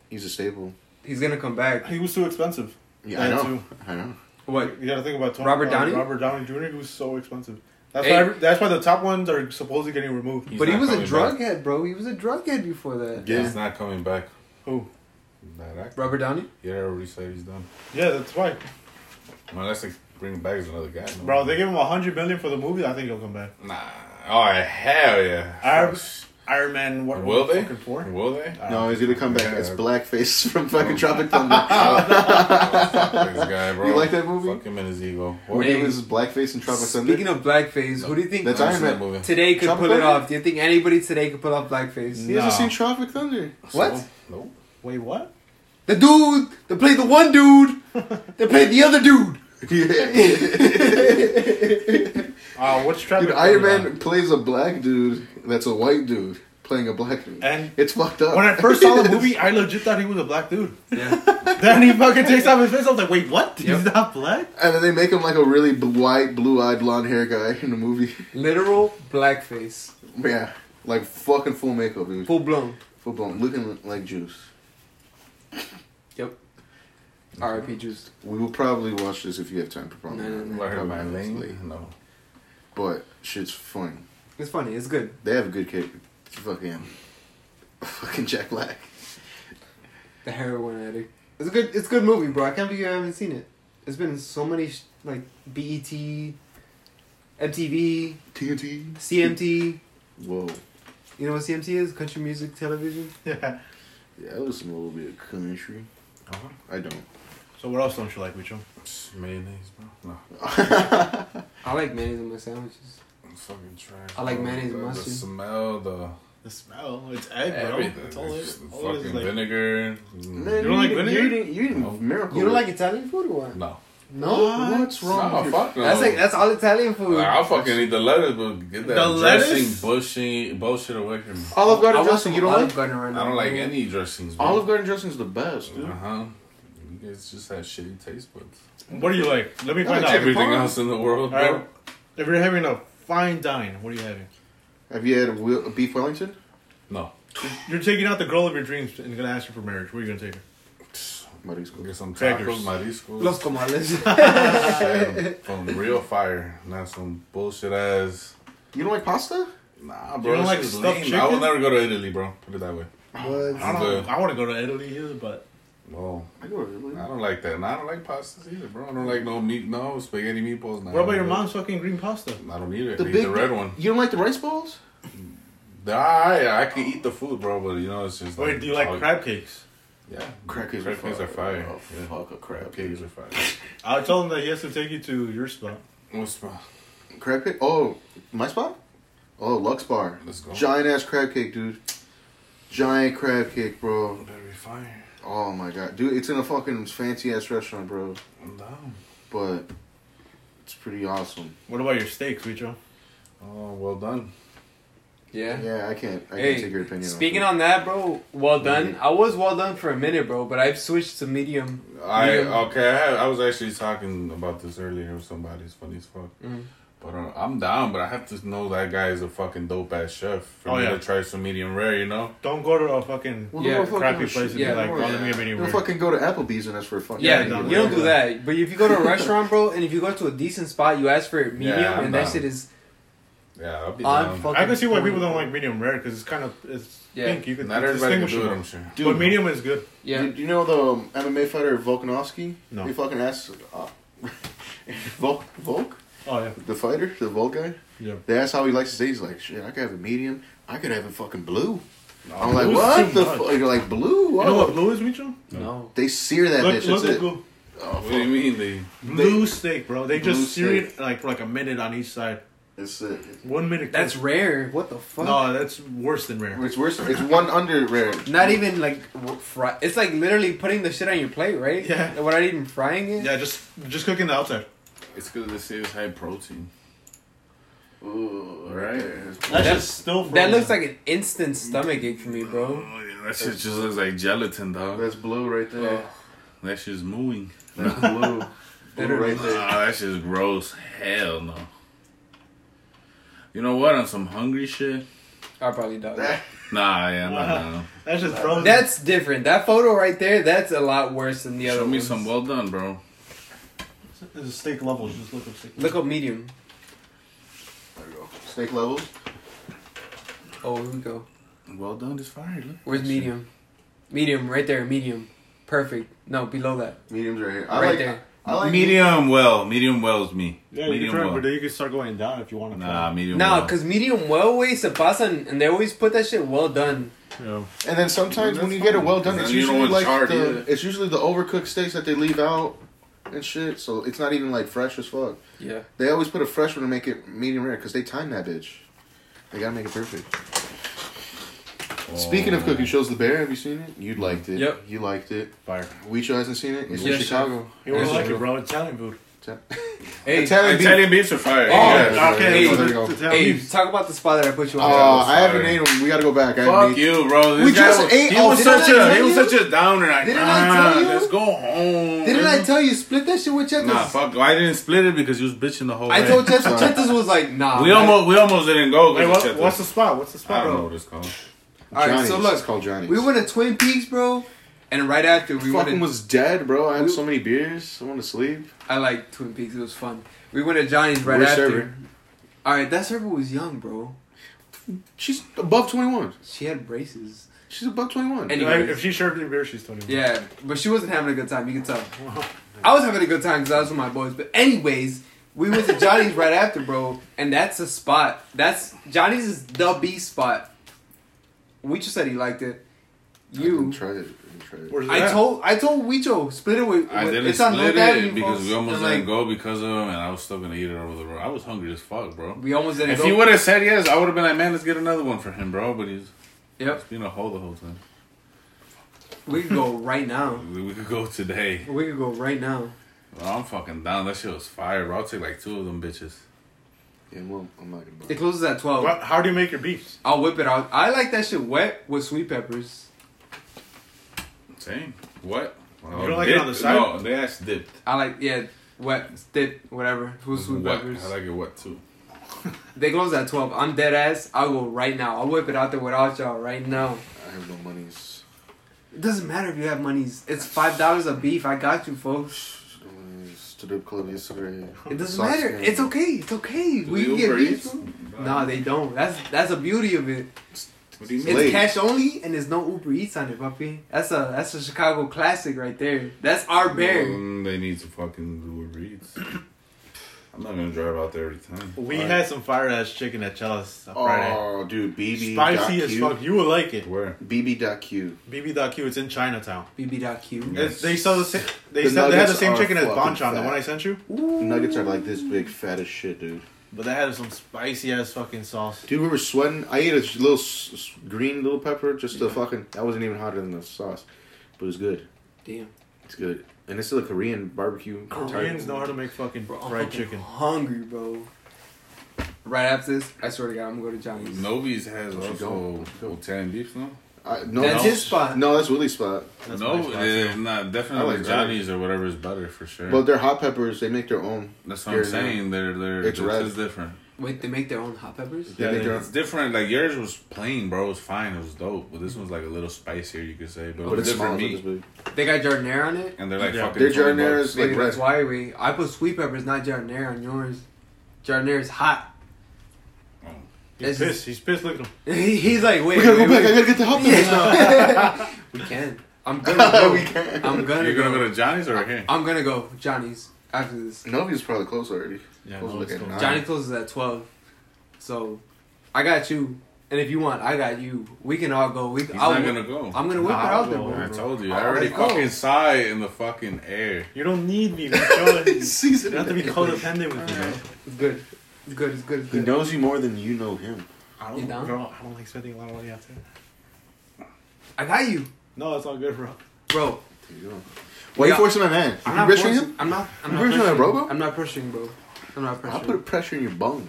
S2: He's a staple.
S5: He's gonna come back.
S3: He was too expensive.
S2: Yeah, I
S3: Yeah,
S2: know.
S3: too.
S2: I know.
S5: What?
S3: You gotta think about Tony,
S5: Robert
S3: uh,
S5: Downey?
S3: Robert Downey Jr. He was so expensive. That's
S5: Hey.
S3: why. Every, that's why the top ones are supposedly getting removed.
S4: He's
S5: but he
S4: not
S5: was a
S4: coming
S5: drug
S4: back.
S5: head, bro. He was a drug head before that.
S4: Yeah, he's not coming back.
S3: Who?
S4: That actor.
S5: Robert Downey.
S4: Yeah, I already said he's done.
S3: Yeah, that's why,
S4: Unless they bring him back as another guy. no.
S3: bro. They give him a hundred million for the movie. I think he'll come back.
S4: Nah. Oh hell yeah.
S3: Iron-
S4: Fuck.
S3: Iron Man. What?
S4: Will they?
S3: fucking Four.
S4: Will they?
S2: No, he's gonna come back
S4: Yeah.
S2: as Blackface from fucking Tropic Thunder.
S4: Fuck this guy, bro.
S2: You like that movie?
S4: Fuck him and his ego.
S2: When
S4: What
S2: he
S5: Hey.
S2: was Blackface in Tropic Thunder.
S5: Speaking of blackface, who do you think
S2: That's
S4: I've
S2: Iron
S4: seen
S2: Man.
S4: that movie.
S5: today could
S2: Trump
S5: pull it
S2: Biden?
S5: off? Do you think anybody today could pull off blackface?
S2: he hasn't
S3: No.
S2: seen Tropic Thunder.
S5: What?
S4: Nope.
S3: Wait, what?
S5: The dude that played the one dude, that played the other dude.
S3: Uh, what's Travis?
S2: Dude, Iron Man plays a black dude that's a white dude playing a black dude.
S3: And-
S2: it's fucked up.
S3: Eh. When I first saw the movie, I legit thought he was a black dude.
S5: Yeah.
S3: Then he fucking takes off his face. I was like, wait, what? He's not black?
S2: and then they make him like a really bl- white, blue-eyed, blonde hair guy in the movie.
S5: Literal blackface,
S2: yeah, like fucking full makeup, dude.
S5: full blown.
S2: Full blown, looking like Juice.
S5: Yep. R.I.P. Juice.
S2: We will probably watch this if you have time to probably.
S5: No, no, no.
S4: Learn my
S2: Probably
S4: lane.
S2: late.
S4: No.
S2: But shit's funny.
S5: It's funny. It's good.
S2: They have a good kid. Fucking, fucking Jack Black.
S5: The heroin addict. It's a good. It's a good movie, bro. I can't believe you haven't seen it. It's been in so many sh- like E BET, MTV,
S2: TNT.
S5: CMT.
S2: Whoa.
S5: You know what CMT is? Country Music Television.
S3: Yeah.
S2: Yeah, I listen to a little bit of country.
S4: Uh-huh.
S2: I don't.
S3: So what else don't you like, Micho?
S4: Psh, Mayonnaise, bro. No.
S5: I like mayonnaise in my sandwiches.
S4: Fucking trash.
S5: I like
S4: bro.
S5: mayonnaise
S4: the,
S5: and
S4: The
S5: mustard.
S4: smell, the
S3: The smell. It's egg, bro.
S4: everything.
S3: It's all it
S4: It's
S3: is.
S4: just
S3: All it
S4: fucking
S3: is like,
S4: vinegar. Mm,
S2: Man,
S3: You don't like
S2: eating-
S3: vinegar?
S2: You eating, you eating
S4: No.
S2: miracle.
S5: You don't like Italian food or what?
S4: No.
S5: No.
S3: What?
S2: What's wrong?
S4: No,
S2: with
S4: fuck no.
S5: That's like that's all Italian food.
S4: Like, I'll fucking eat the lettuce, but get that
S3: The
S4: dressing
S3: lettuce?
S4: bullshit, bullshit away from me.
S2: your- Olive
S5: I
S2: Garden
S5: want
S2: dressing.
S5: some
S2: You don't
S5: Olive
S2: like
S5: Garden right now.
S4: I don't like any dressings. Bro.
S2: Olive Garden dressing is the best, dude.
S4: Uh huh. You guys just have shitty taste buds.
S3: what do you like? Let me
S2: I
S3: find
S2: like every-
S3: out.
S4: Everything
S2: fine.
S4: else in the world,
S3: All
S4: bro.
S3: right. If you're having a fine dine, what are you having?
S2: Have you had a Wil- a beef Wellington?
S4: No.
S3: You're taking out the girl of your dreams and gonna ask her for marriage. Where are you gonna take her?
S4: Psh,
S2: Marisco.
S4: Get some
S3: Crackers.
S4: tacos, mariscos.
S5: Los comales.
S4: Some- some real fire, not some bullshit ass.
S2: You don't like pasta?
S4: Nah,
S3: You
S4: bro.
S3: don't
S4: this
S3: like
S4: shit is
S3: stuffed
S4: lame. I
S3: chicken?
S4: will never go to Italy, bro. Put it that way.
S3: I
S4: I'm
S3: don't.
S4: good.
S3: I want to go to Italy either, but
S4: No,
S2: I go to Italy.
S4: I don't like that. And I don't like pastas either, bro. I don't like no meat, no spaghetti meatballs. Nah,
S3: what about your
S4: I don't
S3: mom's fucking green pasta?
S4: do it. I don't eat it.
S2: The
S4: I eat
S2: big
S4: the red one.
S2: You don't like the rice balls?
S4: Nah, I, I could eat the food, bro, but you know it's just.
S3: Or do you like
S4: I'll-
S3: crab cakes?
S4: Yeah,
S2: Crackers
S4: crab cakes are fire.
S2: Oh,
S4: yeah.
S2: fuck a crab
S4: Crab
S2: cake.
S4: cakes are fire.
S3: I told him that he has to take you to your spot.
S4: What's my?
S2: Crab cake? Oh, my spot? Oh, Lux Bar.
S4: Let's go.
S2: Giant ass crab cake, dude. Giant crab cake, bro.
S4: Better be fire.
S2: Oh my god, dude, it's in a fucking fancy ass restaurant, bro.
S4: I'm down.
S2: But it's pretty awesome.
S3: What about your steak, Vicho?
S4: Oh, well done.
S5: yeah.
S2: Yeah, I can't. I
S5: Hey,
S2: can't take your opinion. on
S5: Speaking
S2: it.
S5: on that, bro, well done. I was well done for a minute, bro, but I've switched to medium.
S4: I
S5: Medium.
S4: okay. I, had, I was actually talking about this earlier with somebody. It's funny as fuck.
S5: Mm.
S4: But uh, I'm down. But I have to know that guy is a fucking dope ass chef for
S3: Oh,
S4: me
S3: yeah.
S4: to try some medium rare. You know.
S3: Don't go to a fucking
S2: Well,
S5: Yeah,
S2: don't go fucking-
S3: crappy place and
S5: yeah,
S3: be like,
S2: don't
S3: oh,
S2: worry.
S3: let me get
S2: You
S3: medium
S2: don't
S3: rare.
S2: fucking go to Applebee's and ask for a fucking.
S5: Yeah,
S2: medium
S5: you don't
S2: rare.
S5: do that. But if you go to a restaurant, bro, and if you go to a decent spot, you ask for it medium,
S4: Yeah, I'm
S5: and that
S4: down.
S5: shit is
S4: Yeah, I'll be
S5: on
S4: down.
S5: fucking.
S3: I can see why
S5: point.
S3: people don't like medium rare because it's kind of it's
S5: Yeah.
S3: pink. You can
S4: Not
S3: it's
S4: everybody can do it.
S3: distinguishable.
S4: I'm sure.
S2: Dude,
S3: but medium is good.
S5: Yeah,
S2: Did you know the um, MMA fighter Volkanovski?
S3: No.
S2: He fucking asked uh, Volk Volk
S3: Oh yeah,
S2: the fighter, the Volk guy.
S3: yeah.
S2: They asked how he likes his days. He's like, shit, I could have a medium. I could have a fucking blue. I'm
S4: No.
S2: like,
S3: blue's
S2: what
S3: too
S2: the
S3: much.
S2: fuck? You're like, blue?
S3: You know what
S2: What?
S3: blue is, Micho?
S5: no.
S2: They sear that
S3: Look,
S2: bitch.
S3: look
S2: That's
S3: at
S2: it.
S3: blue.
S2: Oh,
S4: What do you
S2: fuck.
S4: mean? They
S3: Blue steak, bro. They
S2: Blue
S3: just sear
S2: steak.
S3: it like for like a minute on each side.
S2: That's it.
S3: One minute.
S5: That's rare. What the fuck?
S3: no, that's worse than rare.
S2: It's worse. It's one under rare.
S5: Not e- even like r- fry. It's like literally putting the shit on your plate, right?
S3: Yeah.
S5: Without even frying it.
S3: Yeah, just just cooking the outside.
S4: It's because they say it's high protein.
S2: Ooh,
S4: Right.
S2: there.
S3: That's,
S5: That-
S3: just still. Frozen.
S5: That looks like an instant stomach ache for me, bro.
S4: Oh, yeah, that shit just looks like gelatin, dog.
S2: That's blue right there.
S4: That shit's mooing.
S2: That's blue. blue right there.
S4: Ah, that shit's gross. Hell no. You know what? On some hungry shit.
S5: I probably don't.
S2: That-
S4: Nah, yeah, I'm not down.
S3: That's just frozen.
S5: That's different. That photo right there, that's a lot worse than the other
S4: Show me
S5: ones.
S4: some well done, bro.
S3: There's a steak levels. Just look at steak.
S5: Look up medium.
S2: There we go. Steak levels.
S5: Oh, here we go.
S4: Well done is fire. Look.
S5: Where's medium? Medium, right there. Medium. Perfect. No, below that.
S2: Mediums right here. I
S5: right
S2: like,
S5: there.
S2: I like
S4: medium well. Medium well's me.
S3: Yeah, you
S4: medium
S3: can try, it, but
S4: well.
S3: then you can start going down if you want to.
S4: Nah, medium
S5: No,
S4: well.
S5: because medium well way se pasan, and they always put that shit well done.
S3: Yeah.
S2: And then sometimes
S4: That's
S2: when you get it
S4: fine.
S2: well done,
S4: Then
S2: it's
S4: you don't
S2: usually
S4: want
S2: like
S4: charred
S2: the
S4: either.
S2: it's usually the overcooked steaks that they leave out and shit. So it's not even like fresh as fuck.
S5: Yeah.
S2: They always put a fresh one to make it medium rare because they time that bitch. They gotta make it perfect.
S5: Oh.
S2: Speaking of cooking shows, The Bear, have you seen it? You liked it.
S5: Yep.
S2: You liked it.
S4: fire.
S2: Weicho hasn't seen it. It's
S5: Yes,
S2: in
S5: sir.
S2: Chicago.
S3: You would
S5: That's
S3: like
S5: true.
S3: it, bro. Italian food.
S5: Hey,
S2: Italian beef.
S4: Italian beefs are fire.
S5: Oh,
S4: yeah.
S2: okay.
S3: okay.
S2: There you go.
S5: hey,
S3: Italian food.
S5: talk about the spot that I put you
S2: Oh,
S5: on.
S4: Yeah,
S2: I haven't
S4: sorry.
S2: ate them. We gotta go back. I haven't
S4: Fuck
S2: eaten-
S4: you, bro. This
S2: We
S4: guy
S2: just
S4: was,
S2: ate
S4: He
S2: all-
S4: was
S2: Didn't I
S4: such a he
S2: tell
S4: was
S2: you?
S4: such a downer. Like,
S2: Didn't I
S4: nah,
S2: tell you?
S4: Let's go home.
S5: Didn't I tell you split that shit with Chetas?
S4: Nah, fuck. I didn't split it because you was bitching the whole.
S5: I
S4: way.
S5: told Chetas, Chetas was like, nah.
S4: We
S5: man.
S4: almost we almost didn't go. 'cause
S3: Wait,
S4: of
S3: what,
S4: Chetos.
S3: what's the spot? What's the
S4: I
S3: spot,
S4: don't know what
S3: bro?
S4: it's called.
S5: All right, so
S2: Johnny's.
S5: look,
S2: It's called Johnny's.
S5: we went to Twin Peaks, bro, and right after we went.
S2: Fucking
S5: To,
S2: was dead, bro. I had
S5: We-
S2: so many beers. I want to sleep.
S5: I like Twin Peaks; it was fun. We went to Johnny's right
S2: Where's
S5: after.
S2: server?
S5: All right, that server was young, bro.
S2: She's above twenty one.
S5: She had braces.
S2: She's above twenty one.
S5: And-
S3: Like, if she served you beer, she's 21.
S5: Yeah, but she wasn't having a good time. You can tell. I was having a good time because I was with my boys. But anyways, we went to Johnny's right after, bro, and that's a spot. That's Johnny's is the B spot. We just said he liked it. You.
S2: tried it. I didn't try it.
S3: Where's it
S5: I
S3: at?
S5: told I told Wicho split it with.
S4: I
S5: with-
S4: didn't
S5: it's on
S4: split
S5: North Avenue,
S4: it because we
S5: folks.
S4: almost
S5: And,
S4: didn't
S5: like,
S4: go because of him, and I was still gonna eat it over the road. I was hungry as fuck, bro.
S5: We almost didn't
S4: If
S5: go.
S4: he would have said yes, I would have been like, man, let's get another one for him, bro. But he's
S5: Yep,
S4: being a hole the whole time.
S5: we could go right now.
S4: We, we could go today.
S5: We could go right now.
S4: Well, I'm fucking down. That shit was fire, bro. I'll take like two of them bitches.
S2: Yeah, well, I'm not gonna buy
S5: It
S2: it.
S5: closes at twelve.
S3: What- How do you make your beefs?
S5: I'll whip it out. I like that shit wet with sweet peppers.
S4: Same. What?
S3: You don't like it on the side?
S4: No, they ass dipped.
S5: I like yeah, wet dip whatever with sweet
S4: Wet.
S5: peppers.
S4: I like it wet too.
S5: They close at 12. I'm dead ass. I'll go right now. I'll whip it out there without y'all right now.
S2: I have no monies.
S5: It doesn't matter if you have monies. It's five dollars a beef. I got you, folks.
S2: Strip club yesterday.
S5: It doesn't
S2: Sucks,
S5: matter.
S2: man.
S5: It's okay. It's okay.
S4: Do
S5: we
S4: they
S5: can get
S4: Uber
S5: beef.
S4: Eats?
S5: food. No, they don't. That's that's the beauty of it.
S4: What do you
S5: It's
S4: mean?
S5: cash only, and there's no Uber Eats on it, puppy. That's a that's a Chicago classic right there. That's our bear.
S4: Mm, they need to fucking do Uber Eats. I'm not gonna drive out there every time.
S3: We had some fire ass chicken at Chalice on Friday.
S2: Oh, dude, BB.
S3: Spicy as fuck. You would like it.
S4: where?
S2: BB.Q.
S3: BB.Q. It's in Chinatown.
S5: BB.Q.
S3: It's- They sell the same. They
S2: The
S3: sell, they had the
S2: nuggets
S3: same
S2: are
S3: chicken as
S2: fucking
S3: Bonchon, the
S2: fat.
S3: one I sent you.
S2: Nuggets are like this big, fat as shit, dude.
S3: But they had some spicy ass fucking sauce.
S2: Dude, we were sweating. I ate a sh- little s- s- green little pepper just to fucking. That wasn't even hotter than the sauce, but it was good.
S5: Damn,
S2: It's good. And it's still a Korean barbecue.
S3: Koreans know how to make fucking
S5: bro, I'm
S3: fried
S5: fucking
S3: chicken.
S5: hungry, bro. Right after this, I swear to God, I'm gonna go to Johnny's.
S4: Novi's has
S2: What you
S4: also
S2: going?
S4: Italian beef, no?
S2: I, no,
S5: That's
S2: no.
S5: his spot.
S2: No, that's Willie's spot.
S3: That's
S4: no,
S3: my spot,
S4: it's not definitely
S2: I like
S4: Johnny's or whatever is better for sure.
S2: Well, their hot peppers, they make their own.
S4: That's what
S2: Here
S4: I'm
S2: now.
S4: saying. They're they're
S2: It's
S4: it's
S2: red.
S4: different.
S5: Wait, they make their own hot peppers.
S2: They
S3: Yeah,
S2: make
S3: they-
S2: their
S4: It's different. Like yours was plain, bro. It was fine. It was dope. But this one's like a little spicier, you could say. But,
S2: But
S4: it's
S2: it's small.
S4: different
S2: it's
S4: meat.
S2: not this big.
S5: They got jardinera on it.
S4: And they're like
S3: Yeah.
S4: fucking.
S2: Their
S4: 20
S2: jardinera
S4: bucks.
S2: is
S5: Maybe
S2: like
S5: that's
S2: red.
S5: why we. I put sweet peppers, not jardinera on yours. Jardinera's hot.
S3: He's
S5: That's just-
S3: pissed. He's pissed. Look at him.
S5: He- He's like, wait,
S2: We gotta
S5: wait,
S2: go back. I
S5: wait.
S2: gotta get the hot peppers.
S5: Yeah. we can. I'm gonna go.
S2: we can't.
S5: I'm gonna.
S4: You're gonna
S5: go.
S4: go to Johnny's or here?
S5: I'm gonna go Johnny's after this.
S2: Nobody's probably close already.
S3: Yeah,
S2: Close
S3: no,
S2: like
S3: it's
S2: at
S3: cool.
S2: nine.
S5: Johnny closes at twelve, so I got you. And if you want, I got you. We can all go. We.
S4: He's
S5: I'll,
S4: not gonna go.
S5: I'm gonna whip
S3: Nah,
S5: it
S3: I'll
S5: out there,
S3: go.
S5: bro.
S4: I told you. I
S5: I'll
S4: already
S5: go.
S4: fucking saw it in the fucking air.
S3: You don't need me. Michelle. you
S2: Season.
S3: don't have to be codependent with me. bro.
S5: It's good. It's good. It's good. It's
S2: He
S5: good.
S2: knows you more than you know him.
S3: I
S5: You
S3: don't,
S5: down?
S3: bro. I don't like spending a lot of money out there.
S5: I got you,
S3: No, it's all good, bro.
S5: bro.
S2: Why
S5: Yeah.
S2: you forcing my man?
S5: I'm
S2: you
S5: not
S2: pressuring
S5: forcing-
S2: him?
S5: I'm not. I'm
S2: You
S5: not
S2: pressuring that
S5: pressuring.
S2: robo?
S5: I'm not pressuring, bro. I'm not pressuring.
S2: I'll put pressure in your bung.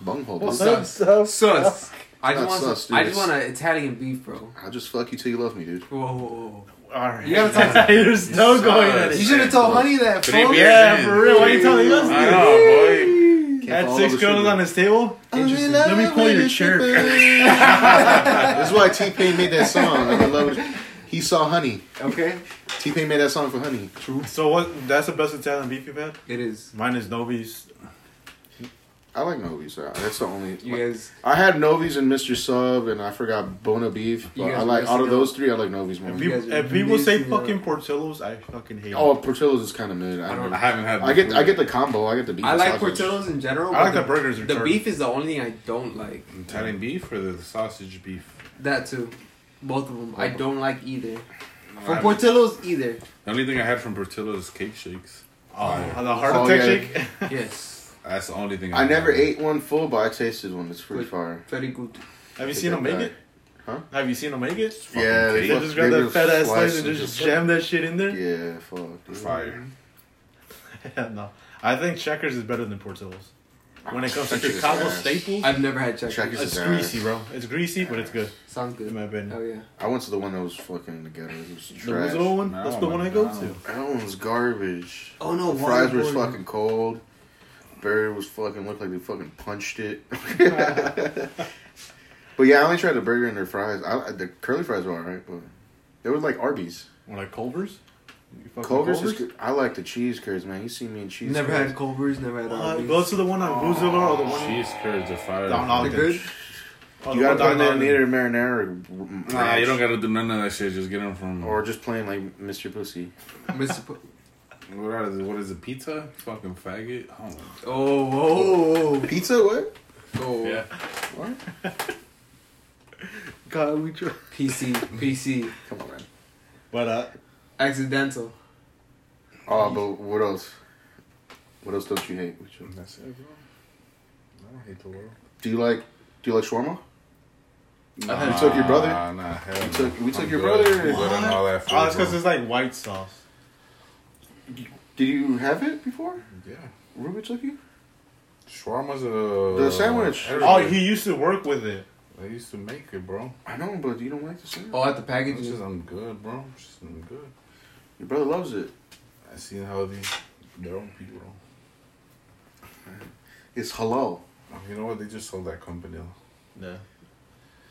S2: Bung hole.
S5: What's
S2: dude.
S5: up? Sus. I just
S2: Not
S5: want.
S2: sus,
S5: some,
S2: dude.
S5: I just want an Italian beef, bro.
S2: I'll just fuck you till you love me, dude.
S5: Whoa, whoa, whoa.
S3: All right.
S5: You gotta talk
S3: There's no
S4: suck.
S3: going at
S5: You
S3: it.
S5: should have told Honey that.
S4: Three
S5: fool.
S4: beers
S3: Yeah,
S4: in.
S3: for real. Why are you telling us?
S4: I know, boy.
S2: Can't
S3: Had
S2: fall
S3: six
S2: over
S3: girls
S2: sugar.
S3: on his table. Interesting. Let me pull your chair.
S2: That's why T Pain made that song. Like, I love it. He saw Honey.
S5: Okay.
S2: T Pain made that song for Honey.
S3: So what? That's the best Italian beef you've had.
S5: It is.
S3: Mine is Novi's.
S2: I like Novi's. uh, That's the only.
S5: You guys.
S2: I had Novi's and Mr. Sub, and I forgot Bona Beef.
S5: You
S2: But
S5: guys
S2: I like out
S5: missing
S2: of those three, I like Novi's more.
S3: If
S5: You guys
S3: people,
S5: are
S3: if people say
S5: missing out.
S3: fucking Portillo's, I fucking hate.
S2: Oh,
S3: it.
S2: Portillo's is kind of mid. I,
S5: I
S2: don't.
S5: don't-
S4: I haven't had.
S2: I get.
S4: the
S2: I get the combo. I get the beef.
S5: I like
S2: and sausage.
S5: Portillo's in general.
S3: I like
S5: but
S3: the burgers.
S5: The
S3: retarded.
S5: beef is the only thing I don't like.
S4: Italian beef or the sausage beef.
S5: That too. Both of them. I don't like either.
S4: I-
S5: From Portillo's either.
S4: The only thing I had from Portillo's is cake shakes.
S3: Oh, the heart
S2: Oh,
S3: attack
S2: yeah.
S3: shake.
S5: Yes.
S4: That's the only thing.
S2: I never
S4: had.
S2: ate one full, but I tasted one. It's pretty
S5: Good.
S2: fire.
S5: Very good.
S3: Have you seen him make it?
S2: Huh?
S3: Have you seen him make it?
S4: Fucking
S2: Yeah,
S4: cake.
S3: They just grab that
S2: Maybe
S3: fat
S2: slice
S3: ass slice and
S2: and
S3: just
S2: just-
S3: jam that shit in there.
S2: Yeah, fuck. dude.
S4: fire.
S3: Yeah, no. I think Checkers is better than Portillo's. When it comes to
S2: Checkers is
S3: Chicago
S2: ass.
S3: staples,
S5: I've never had checkers.
S2: Checkers.
S3: it's
S2: is ass.
S3: greasy, bro. It's greasy, but it's good.
S5: Sounds
S3: In
S5: good.
S3: my opinion.
S5: Oh yeah.
S2: I went to the one that was fucking together. It was
S3: The
S2: trash.
S3: Roosevelt one?
S4: No,
S3: That's the
S4: my
S3: one I go
S4: God.
S3: to.
S2: That one was garbage.
S5: Oh no.
S2: The
S5: water
S2: fries was
S5: boy.
S2: fucking cold. Burger was fucking looked like they fucking punched it. but yeah, I only tried the burger and their fries. I, the curly fries were alright, but they were like Arby's.
S3: Or like Culver's? You fucking
S2: Culver's, is good. I like the cheese curds, man. You see me in cheese.
S5: Never
S2: curds.
S5: had Culver's. Never had.
S3: Uh,
S5: Arby's.
S3: go to the one on Roosevelt or the one
S4: Cheese curds are fire.
S3: down
S5: They're
S3: Ogden.
S5: good.
S3: Oh, the
S2: Oh, You gotta
S3: one down
S2: put in
S3: Ogden.
S2: either marinara or ranch,
S4: Nah, you don't gotta do none of that shit. Just get them from.
S2: or just plain like Mr. Pussy.
S5: Mr. Po-
S4: what, are the- what is it? Pizza? Fucking faggot. Oh, my-
S5: oh, whoa, whoa,
S2: Pizza? What?
S5: whoa.
S4: yeah.
S3: God, we try.
S5: PC, PC,
S2: Come on, man.
S3: But uh,
S5: accidental.
S2: Oh, but what else? What else don't you hate? Which one?
S4: That's it, bro. I don't hate the world.
S2: Do you like Do you like shawarma?
S4: Nah,
S2: You took your brother?
S4: Nah, hell
S2: We
S4: no.
S2: took- we took
S4: I'm
S2: your
S4: good.
S2: brother.
S4: I'm good on all that food,
S3: oh, it's because
S4: bro.
S3: it's like white sauce.
S2: Did you have it before?
S4: Yeah.
S2: Ruby took you.
S4: Shawarma's a.
S2: The sandwich.
S3: Oh,
S4: everywhere.
S3: he used to work with it.
S4: They used to make it, bro.
S2: I know, but you don't like the sandwich.
S5: Oh, at the
S4: It's
S5: packaging.
S4: just, I'm good, bro. I'm just, I'm good.
S2: Your brother loves it.
S4: I seen how they, their own people.
S2: It's halal.
S4: Oh, You know what? They just sold that company.
S3: Yeah.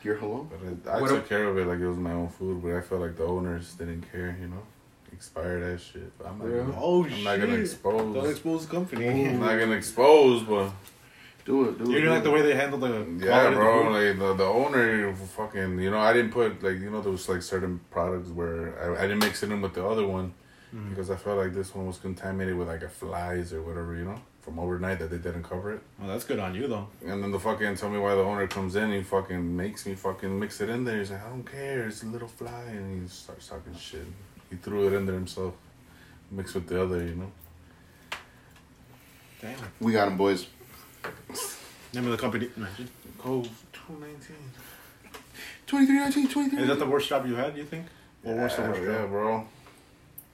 S2: You're hello.
S4: But I, I
S5: What
S4: took
S5: a-
S4: care of it like it was my own food, but I felt like the owners didn't care, you know? Expired that shit. But I'm not,
S2: Yeah.
S4: gonna,
S3: Oh
S4: I'm not gonna expose.
S1: Don't expose the
S4: I'm
S1: company.
S4: not gonna expose, but
S1: do it. Do it.
S3: You
S1: do
S3: didn't like
S1: it.
S3: the way they handled the
S4: yeah,
S3: quality of the
S4: bro.
S3: food?
S4: like the, the owner, fucking, you know, I didn't put like you know there was like certain products where I, I didn't mix it in with the other one because I felt like this one was contaminated with like a flies or whatever, you know, from overnight that they didn't cover it.
S3: Well, that's good on you though.
S4: And then the fucking tell me why the owner comes in. He fucking makes me fucking mix it in there. He's like, I don't care. It's a little fly, and he starts talking shit. He threw it in there himself, mixed with the other. You know.
S3: Damn.
S2: We got him, boys.
S3: Name of the company. Imagine.
S4: Cove two nineteen.
S2: 2319, 23.
S3: Is that the worst job you had? You think? Or worst the
S4: Yeah,
S3: worst
S4: yeah,
S3: job?
S4: bro.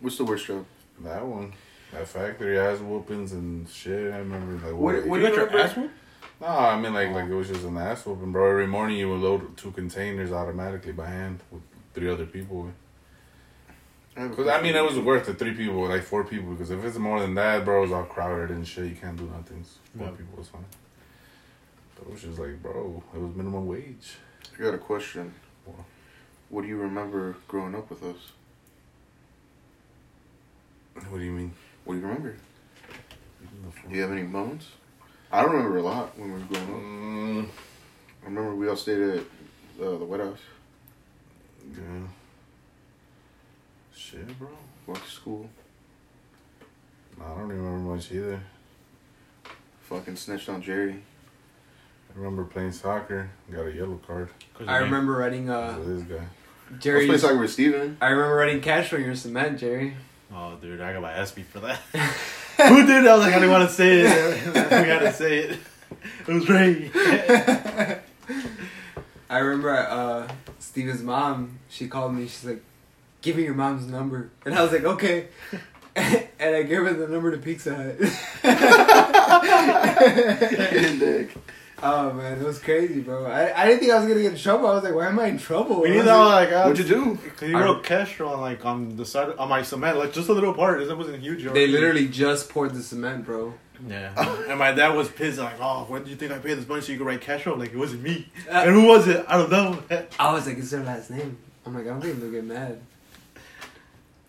S2: What's the worst job?
S4: That one. That factory ass whoopings and shit. I remember like
S5: What- what
S3: You
S5: do
S3: got your
S5: remember?
S3: ass whooped?
S4: No, I mean like like it was just an ass whooping, bro. Every morning you would load two containers automatically by hand with three other people.
S2: have a
S4: Cause I mean, it was worth the three people, like four people. Because if it's more than that, bro, it's all crowded and shit. You can't do nothing. So Four
S3: Yeah.
S4: people is fine. But it was just like, bro, it was minimum wage.
S2: I got a question.
S4: What?
S2: What do you remember growing up with us?
S4: What do you mean?
S2: What do you remember?
S4: The fuck?
S2: Do you have any moments? I don't remember a lot when we were growing up.
S4: Mm,
S2: I remember we all stayed at uh, the White House,
S4: yeah. Shit, bro.
S2: walked to school,
S4: Nah, I don't remember much either.
S2: fucking snitched on Jerry.
S4: I remember playing soccer. Got a yellow card.
S3: 'Cause
S5: I
S3: of me.
S5: remember writing
S4: for
S5: uh
S4: this guy.
S2: I was
S5: Jerry.
S2: playing soccer with Steven.
S5: I remember writing cash on your cement, Jerry.
S3: Oh, dude, I got my ass beat for that. Who did? I was like, I didn't want to say it. we gotta say it. It was Ray.
S5: I remember uh Steven's mom. She called me. She's like, "Give me your mom's number," and I was like, "Okay." and I gave her the number to Pizza Hut.
S2: Dick.
S5: oh man, it was crazy, bro. I, I didn't think I was gonna get in trouble. I was like, "Why am I in trouble?"
S3: We
S5: I
S3: need
S5: was
S3: that
S5: like-
S3: like. Uh,
S2: What'd you do?
S3: Cause you wrote Kestrel on like on the side on my cement, like just a little part. It wasn't huge.
S5: They literally just poured the cement, bro.
S3: Yeah. and my dad was pissed. Like, oh, what do you think I paid this money so you could write Kestrel? I'm Like, it wasn't me. and who was it? I don't know.
S5: Uh, I was like, "It's their last name." I'm like, "I don't think they'll get mad."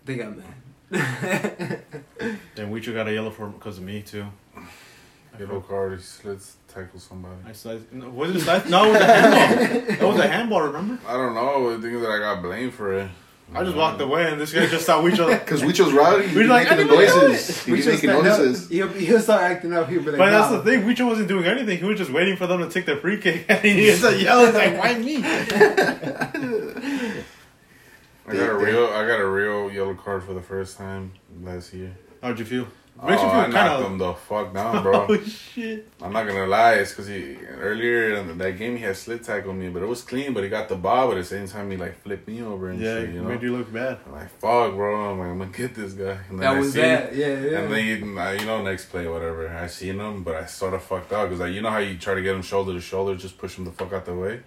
S5: They got mad.
S3: Then Weicho got a yellow for because of me too.
S4: Yellow card. He slits tackle somebody.
S3: I said, no, was it that? No, it was a handball. It was a handball. Remember?
S4: I don't know. The thing is that I got blamed for it.
S3: I just walked away, and this guy just saw Weicho. Like,
S2: Because we chose Rowdy. He
S3: We're
S2: was
S3: like, I
S2: making the
S3: didn't know
S2: noises. He
S5: We
S2: was
S5: just
S2: making
S5: stand up.
S2: noises.
S5: He'll, be- he'll start acting up. He'll be like,
S3: but that's
S5: "Nah."
S3: the thing. Weicho wasn't doing anything. He was just waiting for them to take their free kick, and he just like, yelled, like, "Why me?"
S4: I got a real. I got a real yellow card for the first time last year.
S3: How'd you feel?
S4: Oh,
S3: Makes you
S4: I
S3: feel
S4: knocked
S3: kind of.
S4: him the fuck down, bro.
S3: Oh shit!
S4: I'm not gonna lie, it's because he earlier in that game he had slit tackled me, but it was clean. But he got the bob at the same time he like flipped me over and
S3: Yeah,
S4: shit. You know,
S3: made you look bad.
S4: I'm like fuck, bro. I'm like I'm gonna get this guy. And then
S5: That
S4: I
S5: was
S4: seen him,
S5: that. Yeah, yeah.
S4: And then I- you know next play whatever. I seen him, but I sort of fucked out because like you know how you try to get him shoulder to shoulder, just push him the fuck out the way.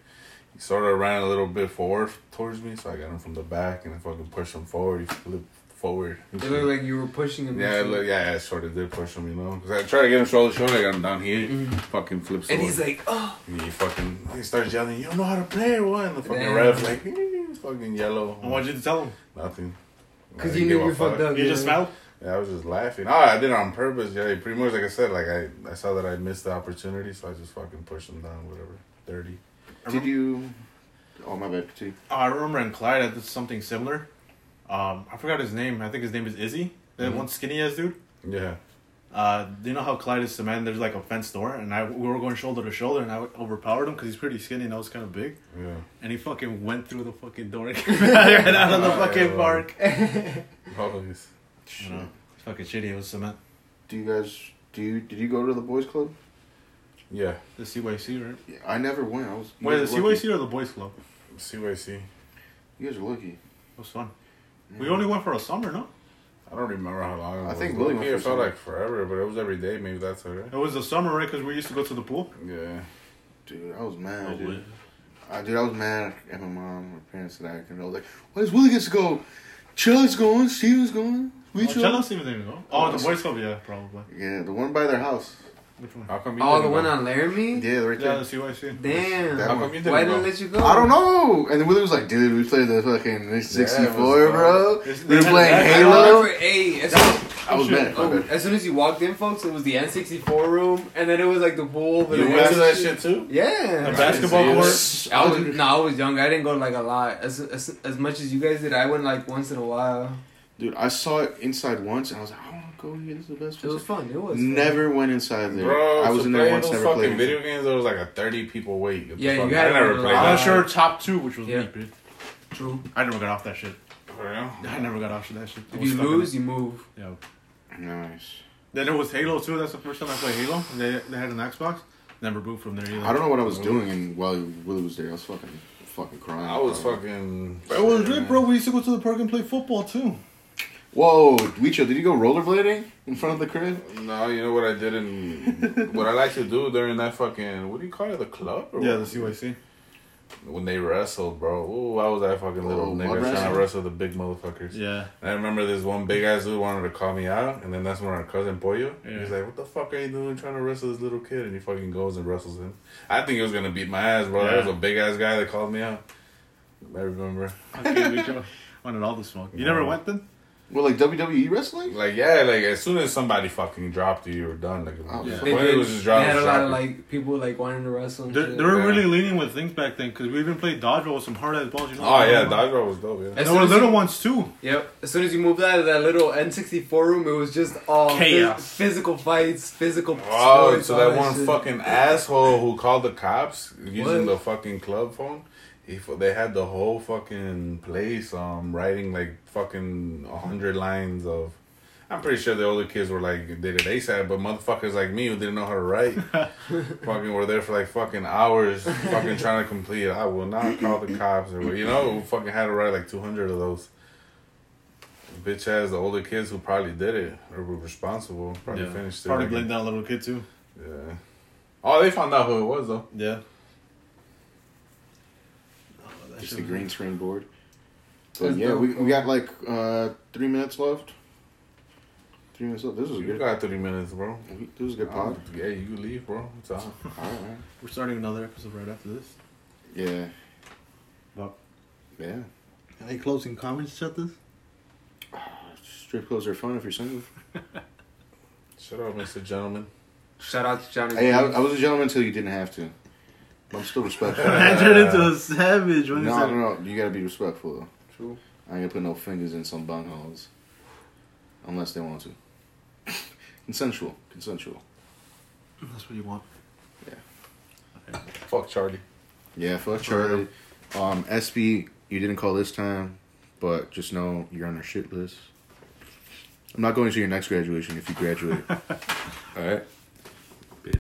S4: He sort of ran a little bit forward towards me, so I got him from the back and I fucking pushed him forward. He flipped forward.
S5: It looked like you were pushing him.
S4: Yeah, it look, yeah, I sort of did push him, you know. 'Cause I tried to get him shoulder to shoulder, I got him down here, fucking flips
S5: Mm-hmm. And
S4: over.
S5: he's like, oh.
S4: and he fucking, he starts yelling, you don't know how to play or what? And the fucking
S5: Damn.
S4: ref, like, "Eh, fucking yellow.
S3: I wanted you to tell him.
S4: Nothing. I
S5: Because you
S4: didn't
S5: knew
S4: give a
S5: you fucked
S4: fuck.
S5: up.
S3: You
S5: yeah.
S3: just smiled.
S4: Yeah, I was just laughing. Oh, I did it on purpose. Yeah, pretty much like I said, like I, I saw that I missed the opportunity, so I just fucking pushed him down, whatever. 30.
S2: Did you. Oh, my bad. Continue.
S3: Oh, I remember in Clyde, I did something similar. Um, I forgot his name. I think his name is Izzy. That
S4: Mhm.
S3: one skinny ass dude.
S4: Yeah.
S3: Uh, do you know how Clyde is cement? There's like a fence door, and I we were going shoulder to shoulder, and I overpowered him because he's pretty skinny and I was kind of big,
S4: Yeah.
S3: and he fucking went through the fucking door and came right out of the
S4: Oh,
S3: fucking
S4: yeah.
S3: park.
S4: Always.
S3: You know, it's fucking shitty. It was cement.
S2: Do you guys. Do you, did you go to the boys' club?
S4: Yeah.
S3: The CYC, right?
S2: Yeah, I never went. I was. you
S3: Wait, the
S2: guys are lucky.
S3: CYC or the boys' club?
S4: CYC.
S2: You guys are lucky.
S3: It was fun. We only went for a summer, no?
S4: I don't remember how long it
S2: I
S4: was.
S2: think
S4: Low-key
S2: Willie went
S4: it
S2: for
S4: felt
S2: some-
S4: like forever, but it was every day. Maybe that's all right.
S3: It was the summer, right? Because we used to go to the pool.
S4: Yeah.
S2: Dude, I was mad.
S3: Oh,
S2: dude.
S3: wait.
S2: I, Uh, dude, I was mad at my mom, my parents, and I. And I was like, "Why does Willie get to go? Chella's going, Steven's going, we
S3: Oh,
S2: chill."
S3: Chelsea didn't go. Oh, the boys' club, yeah, probably.
S2: Yeah, the one by their house.
S3: Which one?
S4: How come you
S5: Oh, the
S4: didn't
S5: one
S4: go?
S5: on Laramie?
S6: Yeah, right
S3: Yeah,
S6: there.
S3: the CYC.
S5: Damn.
S6: That
S4: How come you didn't
S5: Why
S4: go?
S5: didn't let you go?
S6: I don't know. And then Willie was like, dude, we played the fucking
S4: Yeah,
S6: 64,
S4: it was
S6: bro.
S3: It's-
S6: We were
S3: they had
S6: playing
S3: that-
S5: I don't
S6: Halo.
S5: remember- Hey, as,
S6: I was
S3: Sure.
S6: mad. My
S5: oh,
S6: bad.
S5: as soon as you walked in, folks, it was the N64 room, and then it was like the pool. but
S4: You
S5: it
S4: went
S5: was-
S4: to that shit too?
S5: Yeah.
S3: The basketball
S4: Yeah.
S3: court.
S5: I was no, I was young. I didn't go like a lot. As, as as much as you guys did, I went like once in a while.
S2: Dude, I saw it inside once, and I was like, I want to go here. This is the best
S5: It was
S2: place.
S5: fun. It was fun.
S2: Never went inside there.
S4: Bro,
S2: I was in there once,
S4: those
S2: never
S4: fucking
S2: played.
S4: video games. There was like a thirty people wait. What the
S5: Yeah, you
S4: fuck?
S5: gotta
S4: I never
S5: go to
S4: played
S5: the-
S3: I'm
S4: that.
S3: not sure top two, which was
S5: Yeah.
S3: me, dude.
S5: True.
S3: I never got off that shit.
S4: For real?
S3: I never got off that shit. It
S5: If
S3: was
S5: you
S3: fucking-
S5: lose, you move.
S3: Yeah.
S2: Nice.
S3: Then it was Halo too. That's the first time I played Halo. They, they had an Xbox. Never boot from there either.
S2: I don't know what I was doing and while Willie was there. I was fucking fucking crying.
S4: I was fucking.
S3: But it was good, bro. We used to go to the park and play football too.
S2: Whoa, Weecho, did you go rollerblading in front of the crib?
S4: No, you know what I did and what I like to do during that fucking what do you call it the club? Or
S3: Yeah, the
S4: what?
S3: CYC.
S4: when they wrestled, bro. Ooh, I was that fucking little
S2: Oh, mud
S4: nigga trying
S2: wrestling?
S4: to wrestle the big motherfuckers.
S3: Yeah.
S4: And I remember this one big ass dude wanted to call me out, and then that's when our cousin Pollo,
S3: Yeah.
S4: he's like, "What the fuck are you doing trying to wrestle this little kid?" And he fucking goes and wrestles him. I think he was gonna beat my ass, bro.
S3: Yeah.
S4: That was a big ass guy that called me out. I remember.
S3: Okay, we go- wanted all the smoke. You never went then?
S2: Well, like WWE wrestling?
S4: Like yeah, like as soon as somebody fucking dropped you, you were done. Like
S2: Oh,
S4: yeah.
S2: yeah.
S5: They,
S4: Pollo
S5: did-
S4: was just
S5: they
S4: dropping.
S5: had a lot of
S4: shots.
S5: like people like wanting to wrestle. And
S3: They,
S5: shit.
S3: they were
S4: Yeah.
S3: really leaning with things back then because we even played dodgeball with some hard ass balls. You know?
S4: Oh
S5: uh,
S4: yeah, dodgeball was dope. Yeah.
S5: As
S3: There
S5: soon
S3: were
S5: as
S3: little
S5: you-
S3: ones too.
S5: Yep. As soon as you moved out of that little N64 room, it was just all phys-
S3: Chaos.
S5: physical fights, physical.
S4: Oh,
S5: sports,
S4: so
S5: all
S4: that one
S5: shit.
S4: fucking asshole who called the cops using
S5: What?
S4: the fucking club phone. He, fu- they had the whole fucking place um writing like fucking a hundred lines of. I'm pretty sure the older kids were like did it ASAP, but motherfuckers like me who didn't know how to write, fucking were there for like fucking hours, fucking trying to complete. I will not call the cops or what- you know, fucking had to write like two hundred of those. Bitch ass, the older kids who probably did it or were responsible probably
S3: Yeah.
S4: finished it.
S3: Probably
S4: like,
S3: blamed that little kid too.
S4: yeah. Oh, they found out who it was though.
S3: Yeah. Oh,
S2: Just the green screen board.
S5: That's
S2: But yeah,
S5: dope.
S2: we, we got like uh, three minutes left. Three minutes left. This was a
S4: You
S2: good.
S4: got thirty minutes, bro.
S2: This was a good pod.
S4: Yeah, you leave, bro. It's on.
S2: Oh. All right.
S3: We're starting another episode right after this.
S2: Yeah.
S3: Well-
S2: Yeah.
S3: Any closing comments, Chetas?
S2: Strip clubs are fun if you're single.
S4: Shut up, Mister Gentleman.
S5: Shout out to Johnny.
S2: Hey, I,
S5: Cage.
S2: I was a gentleman until you didn't have to. I'm still respectful. no,
S3: I turned into a savage when he
S2: no,
S3: said
S2: no. You gotta be respectful. Though.
S5: True.
S2: I ain't gonna put no fingers in some bungholes. Unless they want to. Consensual. Consensual.
S3: That's what you want.
S4: Fuck Charlie.
S2: Yeah, fuck Charlie. Um, SB, you didn't call this time, but just know you're on our shit list. I'm not going to your next graduation if you graduate. All right.